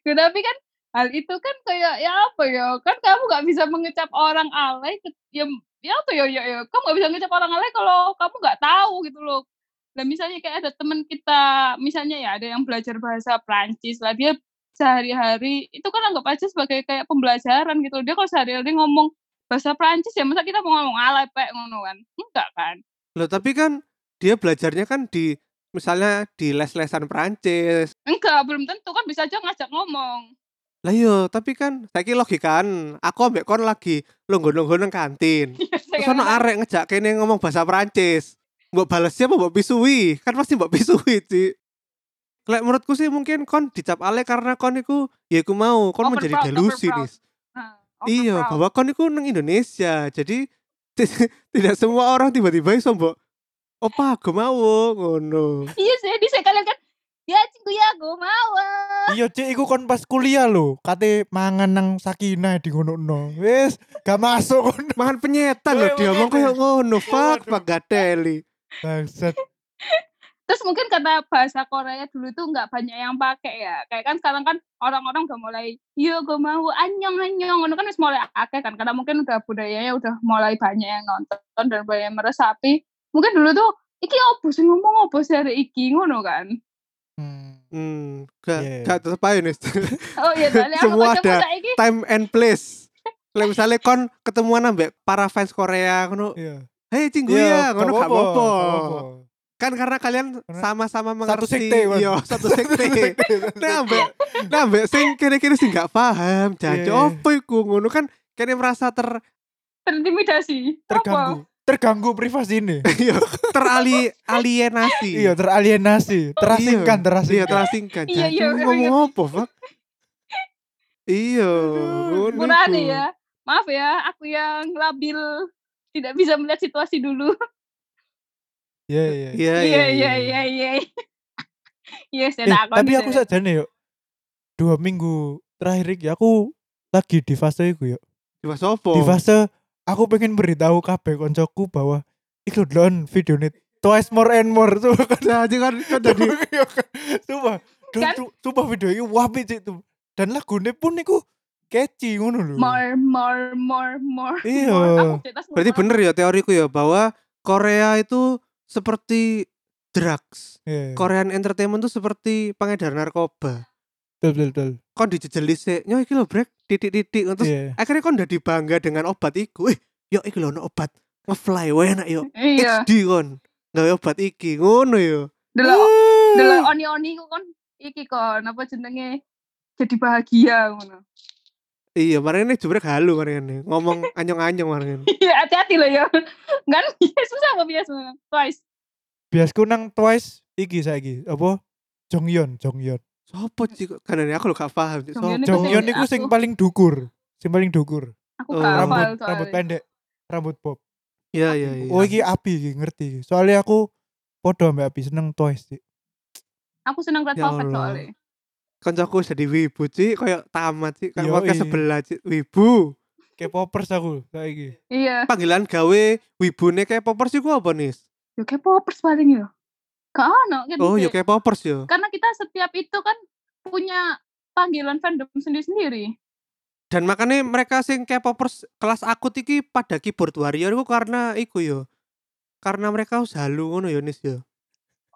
C: Gitu, tapi kan hal itu kan kayak ya apa ya kan kamu nggak bisa mengecap orang alay ke- ya ya apa ya ya, ya. kamu nggak bisa ngecap orang alay kalau kamu nggak tahu gitu loh Nah, misalnya kayak ada teman kita, misalnya ya ada yang belajar bahasa Prancis lah, dia sehari-hari itu kan anggap aja sebagai kayak pembelajaran gitu. Dia kalau sehari-hari ngomong bahasa Prancis ya masa kita mau ngomong alay pek ngono kan? Enggak kan?
A: loh tapi kan dia belajarnya kan di misalnya di les-lesan Perancis
C: Enggak, belum tentu kan bisa aja ngajak ngomong.
A: Lah yo, tapi kan saiki logikan, aku ambek kon lagi longgo-longgo nang kantin.
C: Iya, saya
A: Terus ono
C: ngerasa-
A: arek ngejak kene ngomong bahasa Perancis. Mbok balesnya apa mbok pisui? Kan pasti mbok pisui, Ci. Lek menurutku sih mungkin kon dicap ale karena kon iku ya iku
C: Oh,
A: mau kon menjadi
C: Overproud,
A: delusi
C: overproud.
A: nih.
C: Nah,
A: Iya,
C: overproud.
A: bahwa kon iku nang Indonesia. Jadi tidak semua orang tiba-tiba iso mbok opa aku mau ngono.
C: Iya sih, di saya kalian kan ya cinggu ya gue mau.
B: Iya, Cik, iku kon pas kuliah lho, kate mangan nang Sakinah di ngono-no. Wis, gak masuk kon
A: Makan penyetan loh
B: Iya,
A: dia ngomong
B: makanya.
A: kayak ngono, fuck,
B: Waduh.
A: fuck gateli.
B: bangsat.
C: Terus mungkin karena bahasa Korea dulu tuh nggak banyak yang pakai ya. Kayak kan sekarang kan orang-orang udah mulai, yo gue mau anyong anyong, ngono kan harus mulai akeh kan. Karena mungkin udah budayanya udah mulai banyak yang nonton dan banyak yang meresapi. Mungkin dulu tuh iki opo sih ngomong opo sih hari iki ngono kan.
B: Hmm.
A: Hmm, gak,
B: Iya.
A: gak tetep aja nih.
C: Oh iya, soalnya aku
A: Semua ada.
C: baca-baca iki
A: Time and place. Lah misalnya kon ketemuan ambek para fans Korea ngono,
B: Iya.
A: "Hei cinggu ya," ngono gak apa-apa.
B: apa-apa.
A: Kan karena kalian
B: Karena
A: sama-sama
B: satu
A: mengerti.
B: sekte, Wan.
A: Iya, satu sekte. Nah, ambek nah ambek sing kene-kene sing gak paham, janji
B: Iya, iya.
A: opo iku ngono kan kene merasa ter
C: terintimidasi.
B: Terganggu. Terganggu privasi ini.
A: iya, terali alienasi.
B: Iya, teralienasi, terasingkan,
A: Iya. Iya,
B: terasingkan.
A: terasingkan.
C: Iya,
A: Janji
C: iya,
A: lu
C: iya,
A: ngomong
C: iya.
A: opo, Pak? Iya,
B: Aduh,
A: ngono
C: Murani
A: iku.
C: ya. Maaf ya, aku yang labil tidak bisa melihat situasi dulu.
B: Iya,
A: Iya,
B: iya.
C: Iya nah, iya iya iya. Iya,
B: Eh,
C: saya takon.
A: ya.
B: tapi aku saja nih yuk dua minggu terakhir iki aku lagi di fase iku ya.
C: iya.
A: Coba sopo?
B: Di fase aku pengen beritahu kabeh koncoku bahwa iku don video ini twice more and more tuh kan.
A: Nah, itu kan kan jadi
B: iya Sumpah. Don,
C: Kan?
B: su- Sumpah video ini wapi cik tuh. Dan lagune pun iku catchy ngono lho.
C: more more more more
B: Iya.
C: more. Aku cerita semua.
A: berarti bener ya teoriku ya bahwa Korea itu seperti drugs.
B: Iya.
A: Korean entertainment tuh seperti pengedar narkoba.
B: Betul betul. betul.
A: Kon dijejeli sik, "Nyo iki lho brek, titik-titik." Terus
B: Iya.
A: akhirnya kon dadi bangga dengan obat iku. Eh, yo iki lho ono obat. Ngefly wae enak yo.
C: iya
A: HD kon. Gawe obat iki ngono yo. Iya.
C: delok delok oni oni ku kon iki kon apa jenenge jadi bahagia ngono
A: Iya, marane jubrek halu marane. Ngomong anyong-anyong marane.
C: iya hati-hati loh ya kan iya susah apa biasa twice
B: Biasku nang twice iki saiki apa Jonghyun, Jonghyun.
A: Sopo sih kok kanane aku lho gak paham. Cik. Sopo?
C: Jonghyun Ini
B: Jonghyun
C: kesini
B: iku sing
C: aku.
B: paling dukur, sing paling dukur.
C: aku
A: Oh,
C: gak
B: Rambut
C: hafal
B: rambut
C: soalnya.
B: pendek, rambut bob.
A: Iya, iya, iya.
B: Oh iki api iki ngerti. Soalnya aku podo ambek api seneng Twice. Cik.
C: aku seneng red
A: Ya
C: velvet
A: Allah.
C: soalnya
A: Kancaku wis dadi wibu sih, kayak tamat sih, kayak
B: Yoi.
A: podcast sebelah sih, wibu.
B: Kayak popers aku saiki.
C: iya
A: Panggilan gawe wibune kayak popers iku apa nih?
C: yo K-popers paling yo gak ono kan
A: Oh,
C: Dek.
A: ya kayak popers yo.
C: karena kita setiap itu kan punya panggilan fandom sendiri-sendiri
A: Dan makanya mereka sing kayak popers kelas akut iki pada keyboard warrior iku karena iku yo. Karena mereka harus halu ngono yo Nis yo.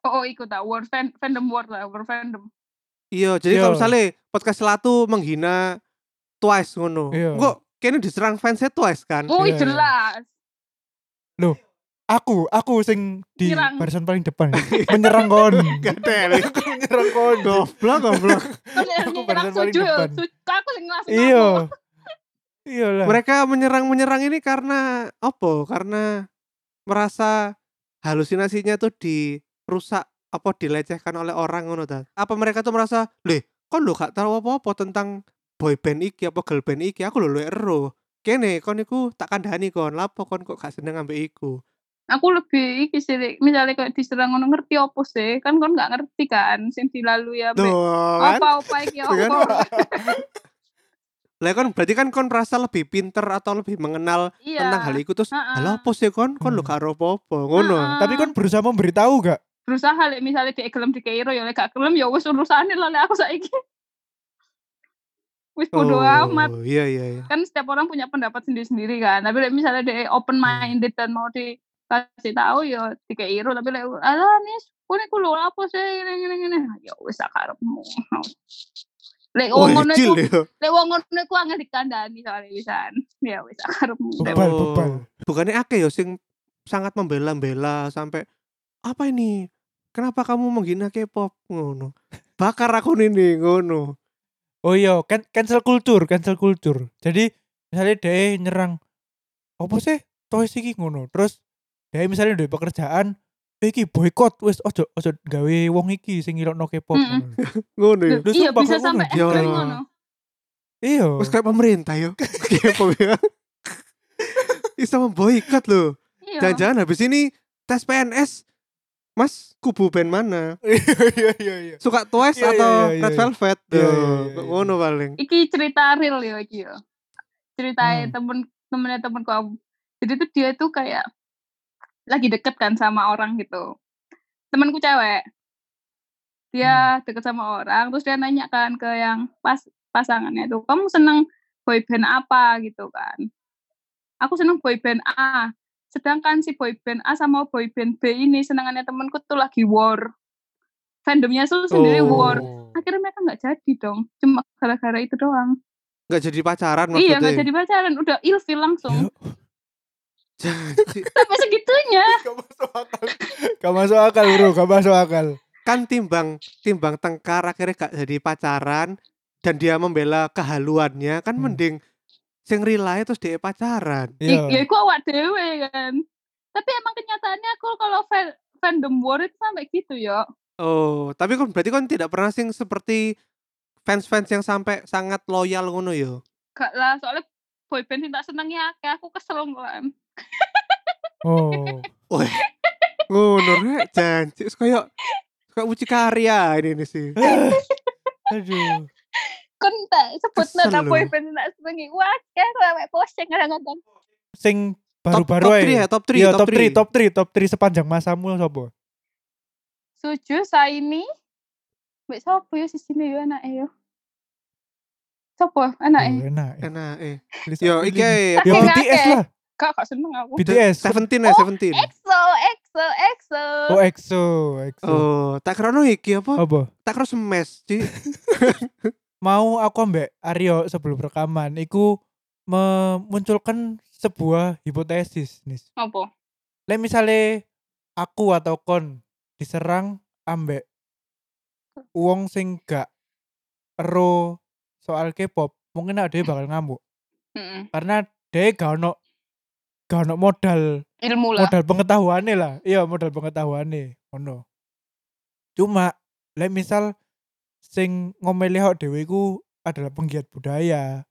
C: oh, oh ikut tak war fan, fandom war lah war fandom
A: Iya, jadi kalau
B: Yo.
A: misalnya podcast Selatu menghina Twice ngono.
B: Iya.
A: Kok kayaknya diserang fansnya Twice kan?
C: oh
B: Iya, iya.
C: jelas
B: Aku, aku sing di
C: Nyerang.
B: barisan paling depan. Cik. Menyerang kon.
A: Gak teli.
B: Aku menyerang kon. Cik.
A: Goblok, goblok.
C: kan yang
B: Aku
C: nyerang
B: barusan paling
C: suju yo
B: depan.
C: Suju- aku yang langsung
B: Iya. Iyalah.
A: mereka menyerang-menyerang ini karena apa? Karena merasa halusinasinya tuh dirusak apa dilecehkan oleh orang ngono ta. Apa mereka tuh merasa, "Leh, kon lho gak tahu apa-apa tentang boy band iki apa girl band iki, aku lho luwih ero." Kene kon iku tak kandhani kon, lapo kon kok gak seneng ambek iku.
C: aku lebih iki sih Rik. misalnya kayak diserang ngono ngerti apa sih kan kon nggak ngerti kan sing dilalui ya
A: Tuh, kan?
C: apa apa iki
A: Tuh kan?
C: apa
A: Lah kon berarti kan kon merasa lebih pinter atau lebih mengenal
C: iya
A: tentang hal iku terus,
C: Ha-ha.
A: "Lah opo sih kon? Kon lho
B: Hmm.
A: gak ero apa-apa." Ngono.
C: Ha-ha.
B: Tapi kon berusaha memberitahu gak?
C: berusaha lek misalnya dia gelem di Kairo ya lek gak gelem ya wis urusane lah lek aku saiki wis bodo amat
A: Oh, iya iya iya.
C: kan setiap orang punya pendapat sendiri-sendiri kan tapi like, misalnya dia open minded dan mau dikasih tahu ya tiga iru tapi like alah nis kune ku lho apa sih ngene ngene ngene ya wis sak karepmu lek
A: Oh,
C: wong ngono
A: cil,
C: iku
A: ya.
C: lek wong ngono iku angel dikandani soalnya wisan ya wis sak karepmu
A: Oh.
B: Bebal, bebal.
A: bukannya akeh ya sing sangat membela-bela sampai apa ini kenapa kamu menghina K-pop ngono bakar aku ini ngono
B: Oh iya, can cancel culture, cancel culture. Jadi misalnya dia nyerang apa sih? Toys iki ngono. Terus dia misalnya duwe pekerjaan "Eh, iki boykot wis ojo ojo gawe wong iki sing ngirokno K-pop.
C: Mm-mm.
B: ngono.
A: ngono ya
B: Lho,
C: iya
B: sumpah,
C: bisa
B: kok
C: sampai
B: ngono?
C: ekstrim
A: Ya Allah.
C: ngono
B: Iya.
A: terus kayak pemerintah yo K-pop ya bisa memboikot loh
C: iya
A: jangan-jangan habis ini tes PNS Mas kubu band mana
B: Iya iya iya iya.
A: suka Twice
B: Iya, iya,
A: atau Red
B: iya, iya.
A: Velvet
B: Iya, iya,
A: Duh,
B: iya, iya.
A: ngono paling
C: iki cerita real ya iki ya ceritanya
B: Hmm.
C: temen temennya temenku aku. jadi tuh dia tuh kayak lagi deket kan sama orang gitu temanku cewek dia deket sama orang terus dia nanya kan ke yang pas pasangannya tuh kamu seneng boyband apa gitu kan aku seneng boyband A sedangkan si boyband A sama boyband B ini senengannya temenku tuh lagi war fandomnya tuh sendiri
A: Oh.
C: war akhirnya mereka nggak jadi dong cuma gara-gara itu doang
A: nggak jadi pacaran
C: iya
A: maksudnya
C: nggak jadi pacaran udah ilfil langsung
B: Ya,
A: Jadi-
C: sampai segitunya
B: Gak masuk akal. Gak masuk akal, Bro. Gak masuk akal.
A: kan timbang timbang tengkar akhirnya gak jadi pacaran dan dia membela kehaluannya kan
B: Hmm.
A: mending sing rilae terus dia pacaran
C: I- ya
B: Iya.
C: aku awak dewe kan tapi emang kenyataannya aku kalau fan fandom war itu sampai gitu ya
A: oh tapi kan berarti kan tidak pernah sing seperti fans-fans yang sampai sangat loyal ngono ya? yo
C: gak lah soalnya boyband yang tak senengnya akeh aku kesel kan
B: Oh.
A: ngono rek
B: Eh,
A: Eh, janji terus kayak kayak uci karya ini, ini sih
B: Aduh.
C: kon Kan tak sebut
A: Kesel
C: nang
A: lho.
C: boyband tak senengi. Wah, kayak awake posting kadang-kadang.
B: Sing
A: Top-
B: baru-baru
A: top 3 ya, top 3,
B: Iya, top 3, top 3, top 3 sepanjang masamu sapa?
C: Suju Saini. Mbak sapa yo sisine yo anake yo. Sapa anake?
B: Oh, Enak.
A: Enak eh.
B: Tulis
A: Yo
B: aku
A: iki
B: ini.
A: ae,
B: Yo
A: apa?
C: Kakek
B: BTS
C: ngake.
B: lah,
C: Kak gak seneng aku.
B: BTS.
A: 17 eh
C: Oh, EXO,
A: 17.
C: EXO, EXO.
A: eh.
B: Oh, EXO, EXO.
A: Oh, tak kira no iki apa?
B: Apa?
A: Tak kira smash, Ci.
B: Mau aku ambek Aryo sebelum rekaman iku memunculkan sebuah hipotesis, Nis.
C: Apa?
B: Lek misale aku atau kon diserang ambek wong sing gak ero soal K-pop, mungkin ada bakal ngamuk
C: Heeh.
B: karena dia gak ono gak ono modal
C: Ilmu lah.
B: modal pengetahuannya lah iya modal pengetahuannya ono cuma lek misal sing ngomeli hok dhewe iku adalah penggiat budaya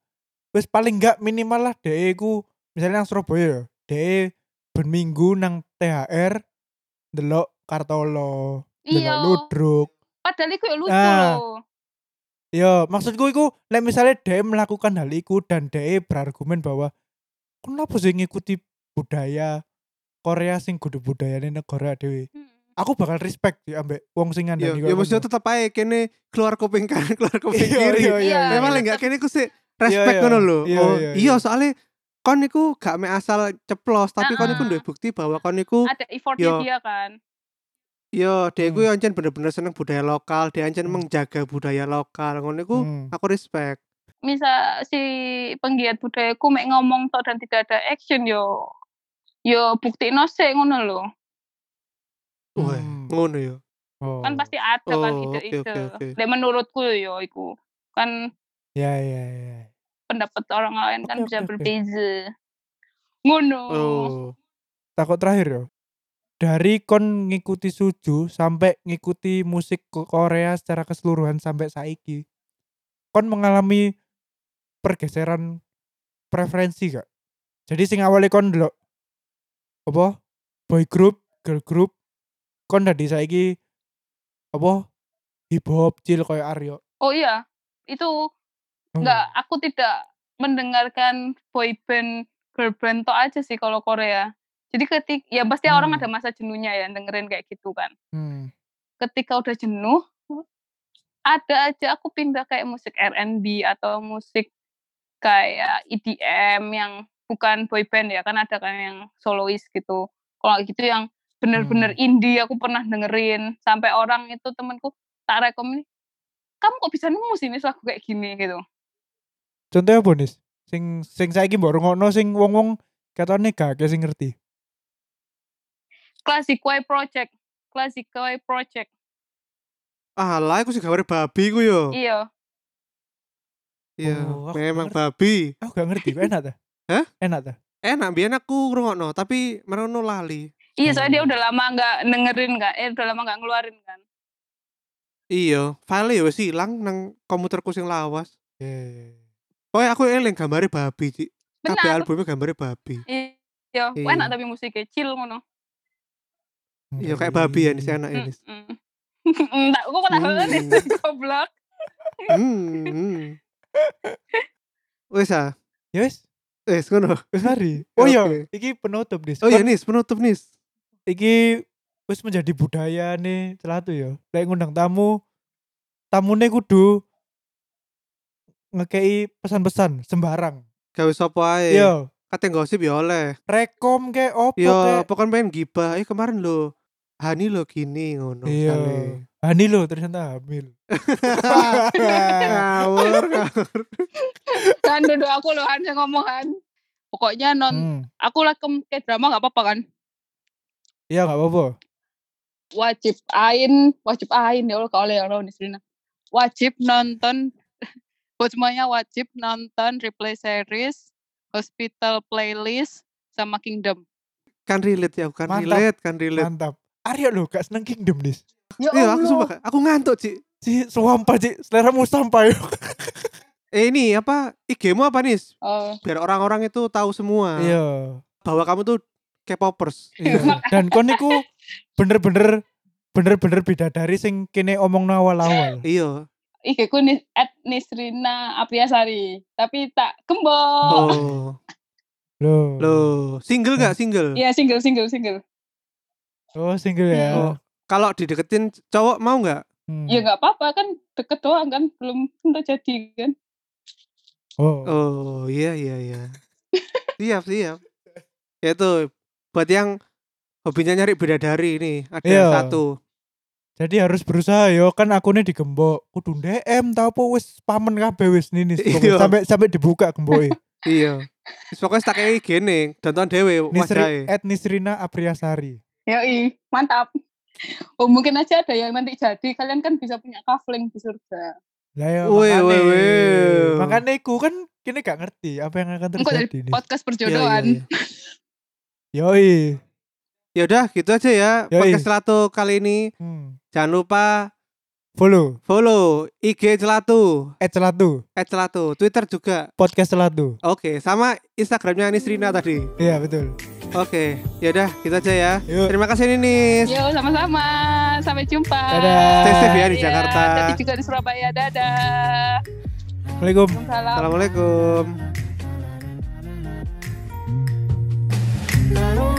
B: wis paling enggak minimal lah dhewe iku misalnya nang Surabaya ya dhewe ben minggu nang THR delok Kartolo delok
C: Iya.
B: Ludruk
C: Padahal iku yo lucu
B: Ah.
C: loh.
B: Yo, maksudku iku lek misale dhewe melakukan hal iku dan dhewe berargumen bahwa kenapa sih ngikuti budaya Korea sing kudu budayane negara dhewe.
C: Hmm.
B: Aku bakal respect sih ambek wong sing
A: Yo,
B: ngandani
A: yo
B: koyo
A: mesti
B: ngono.
A: Iya, tetep ae kene keluar kuping kanan, keluar kuping
B: Iya,
A: kiri.
B: iya, iya,
A: Memang
B: iya.
A: lek gak kene ku sih respect
B: Iya, iya.
A: ngono lho.
B: Iya,
A: Oh,
B: iya,
A: iya
B: iya.
A: soalnya kon niku gak me asal ceplos, tapi kon niku
C: Ah.
A: duwe bukti bahwa kon niku
C: Ada effortnya
A: Yo.
C: dia kan.
A: yo dhek ku
B: Hmm.
A: ancen bener-bener seneng budaya lokal, dhek ancen
B: Hmm.
A: menjaga budaya lokal. Ngono niku
B: Hmm.
A: aku respect.
C: misal si penggiat budayaku mek ngomong tok dan tidak ada action yo yo bukti sik ngono lho
A: Wah,
B: Hmm.
A: ngono ya. yo.
B: Oh.
C: kan pasti ada kan
A: Oh, oke,
C: ide-ide
A: oke, oke.
C: Lah, menurutku yo iku kan
B: Ya, ya, ya.
C: pendapat orang lain kan
B: Oke,
C: bisa
B: oke, oke.
C: berbeza ngono
A: Oh.
B: Takut terakhir yo. Dari kon ngikuti Suju sampai ngikuti musik ko- Korea secara keseluruhan sampai saiki. Kon mengalami pergeseran preferensi gak? Jadi sing awalnya kon delok apa? Boy group, girl group. Kon dari saiki apa? Hip hop chill koyo Aryo.
C: oh iya itu enggak aku tidak mendengarkan boy band girl band tok aja sih kalau Korea jadi ketik ya pasti orang
B: Hmm.
C: ada masa jenuhnya ya dengerin kayak gitu kan
B: Hmm.
C: ketika udah jenuh ada aja aku pindah kayak musik R&B atau musik kayak EDM yang bukan boy band ya kan ada kan yang solois gitu kalau gitu yang bener-bener indie aku pernah dengerin sampai orang itu temenku tak rekom kamu kok bisa nemu sih ini lagu kayak gini gitu
B: Contohnya apa nih? Sing sing saiki mbok rungokno sing wong-wong katane gak akeh sing ngerti.
C: Classic Way Project Classic Way Project
A: Alah, aku sih gawe babi ku yo.
C: iya
A: Iya,
B: Oh, aku
A: memang
B: ngerti.
A: babi.
B: Aku gak ngerti, kok enak ta?
A: Oh. Hah?
B: Enak ta?
A: Enak biyen aku ngrungokno, tapi merono lali.
C: iya soalnya dia
B: Hmm.
C: udah lama nggak dengerin nggak eh udah lama nggak ngeluarin kan
A: Iya, file ya wis ilang nang komputerku sing lawas.
B: Iya, iya, iya.
A: Oh, aku eling gambare babi, Cik. Kabeh
C: benar
A: albumnya gambare babi.
C: iya
A: Iya.
C: enak tapi musiknya chill ngono
A: Iya, kayak babi ya ini enak ini.
C: Enggak, gue pernah
A: Hmm.
C: heeh goblok.
A: Hmm. hmm. Wis ah,
B: Ya wis,
A: wis ngono.
B: wis mari. Oh iya,
A: Oke.
B: iki penutup nih.
A: Oh iya Nis, penutup Nis.
B: iki wis menjadi budaya nih celatu ya. Lek ngundang tamu, tamune kudu ngekei pesan-pesan sembarang.
A: Gawe sopo ae?
B: Yo,
A: Kate gosip ya oleh.
B: rekom ke opo
A: Yo,
B: ke.
A: pokoknya pengen gibah. Eh kemarin lo Hani lo gini ngono.
B: Iya.
A: misalnya.
B: Hani lo ternyata hamil.
A: Ngawur.
C: Kan duduk aku loh Han yang ngomong Han. Pokoknya non
B: Hmm,
C: aku lakem ke drama nggak apa-apa kan.
B: Iya gak apa-apa.
C: Wajib ain, wajib ain ya Allah kalau ya Allah disini. Wajib nonton buat semuanya wajib nonton replay series Hospital Playlist sama Kingdom.
A: Kan relate ya, kan
B: Mantap.
A: relate, kan relate.
B: Mantap. Arya lo gak seneng Kingdom nih.
C: Ya
A: Iya, aku sumpah, Kak. aku ngantuk, Ci.
B: Si sumpah sih, seleramu sampah yuk.
A: Eh ini apa? IG-mu apa Nis?
C: Oh,
A: Biar orang-orang itu tahu semua
B: Iya.
A: bahwa kamu tuh K-popers.
B: Iya. Dan kon niku bener-bener bener-bener bidadari sing kene omong awal-awal.
A: Iya.
C: IG ku nis, at Nisrina Apriasari tapi tak gembok
A: Oh,
B: Loh.
A: loh, single nggak single?
C: Iya single single single
B: Oh, single ya.
A: Oh, kalau dideketin cowok mau nggak?
B: Hmm.
C: ya nggak apa-apa kan deket doang kan belum tentu jadi kan
B: Oh.
A: Oh iya iya iya. siap siap. Ya itu buat yang hobinya nyari bidadari ini ada
B: Iya.
A: satu.
B: Jadi harus berusaha yo kan akunnya digembok. Kudu DM ta apa wis pamen kabeh wis ninis
A: Iya.
B: pokoknya. sampai sampai dibuka gemboke.
A: Iya. Terus Pokoknya tak kayak gini, tonton dewe
B: Nisri
A: wajahe.
B: at Nisrina Apriasari.
C: Yoi, mantap. Oh mungkin aja ada yang nanti jadi kalian kan bisa punya kafling di surga.
B: Lah ya
A: Wih,
B: makane.
A: wih, wih.
B: Makane iku kan kini gak ngerti apa yang akan
C: Engkau
B: terjadi.
C: dari
B: Nis.
C: podcast
A: Iya, iya,
C: perjodohan.
A: iya.
B: Yoi.
A: Ya udah gitu aja ya
B: Yoi.
A: podcast Celatu kali ini.
B: Hmm.
A: Jangan lupa
B: Follow
A: follow IG Celatu,
B: at Celatu,
A: @celatu, Twitter juga.
B: podcast Celatu.
A: Oke, sama Instagramnya Nisrina tadi.
B: Iya, betul.
A: Oke, ya udah gitu aja ya.
B: Yuk.
A: Terima kasih Ninis.
C: Yo sama-sama. Sampai jumpa.
B: Dadah.
A: Stay safe ya di
C: Iya,
A: Jakarta.
C: Tapi juga di Surabaya. Dadah.
B: Assalamualaikum.
C: Salam.
A: Assalamualaikum.
D: La la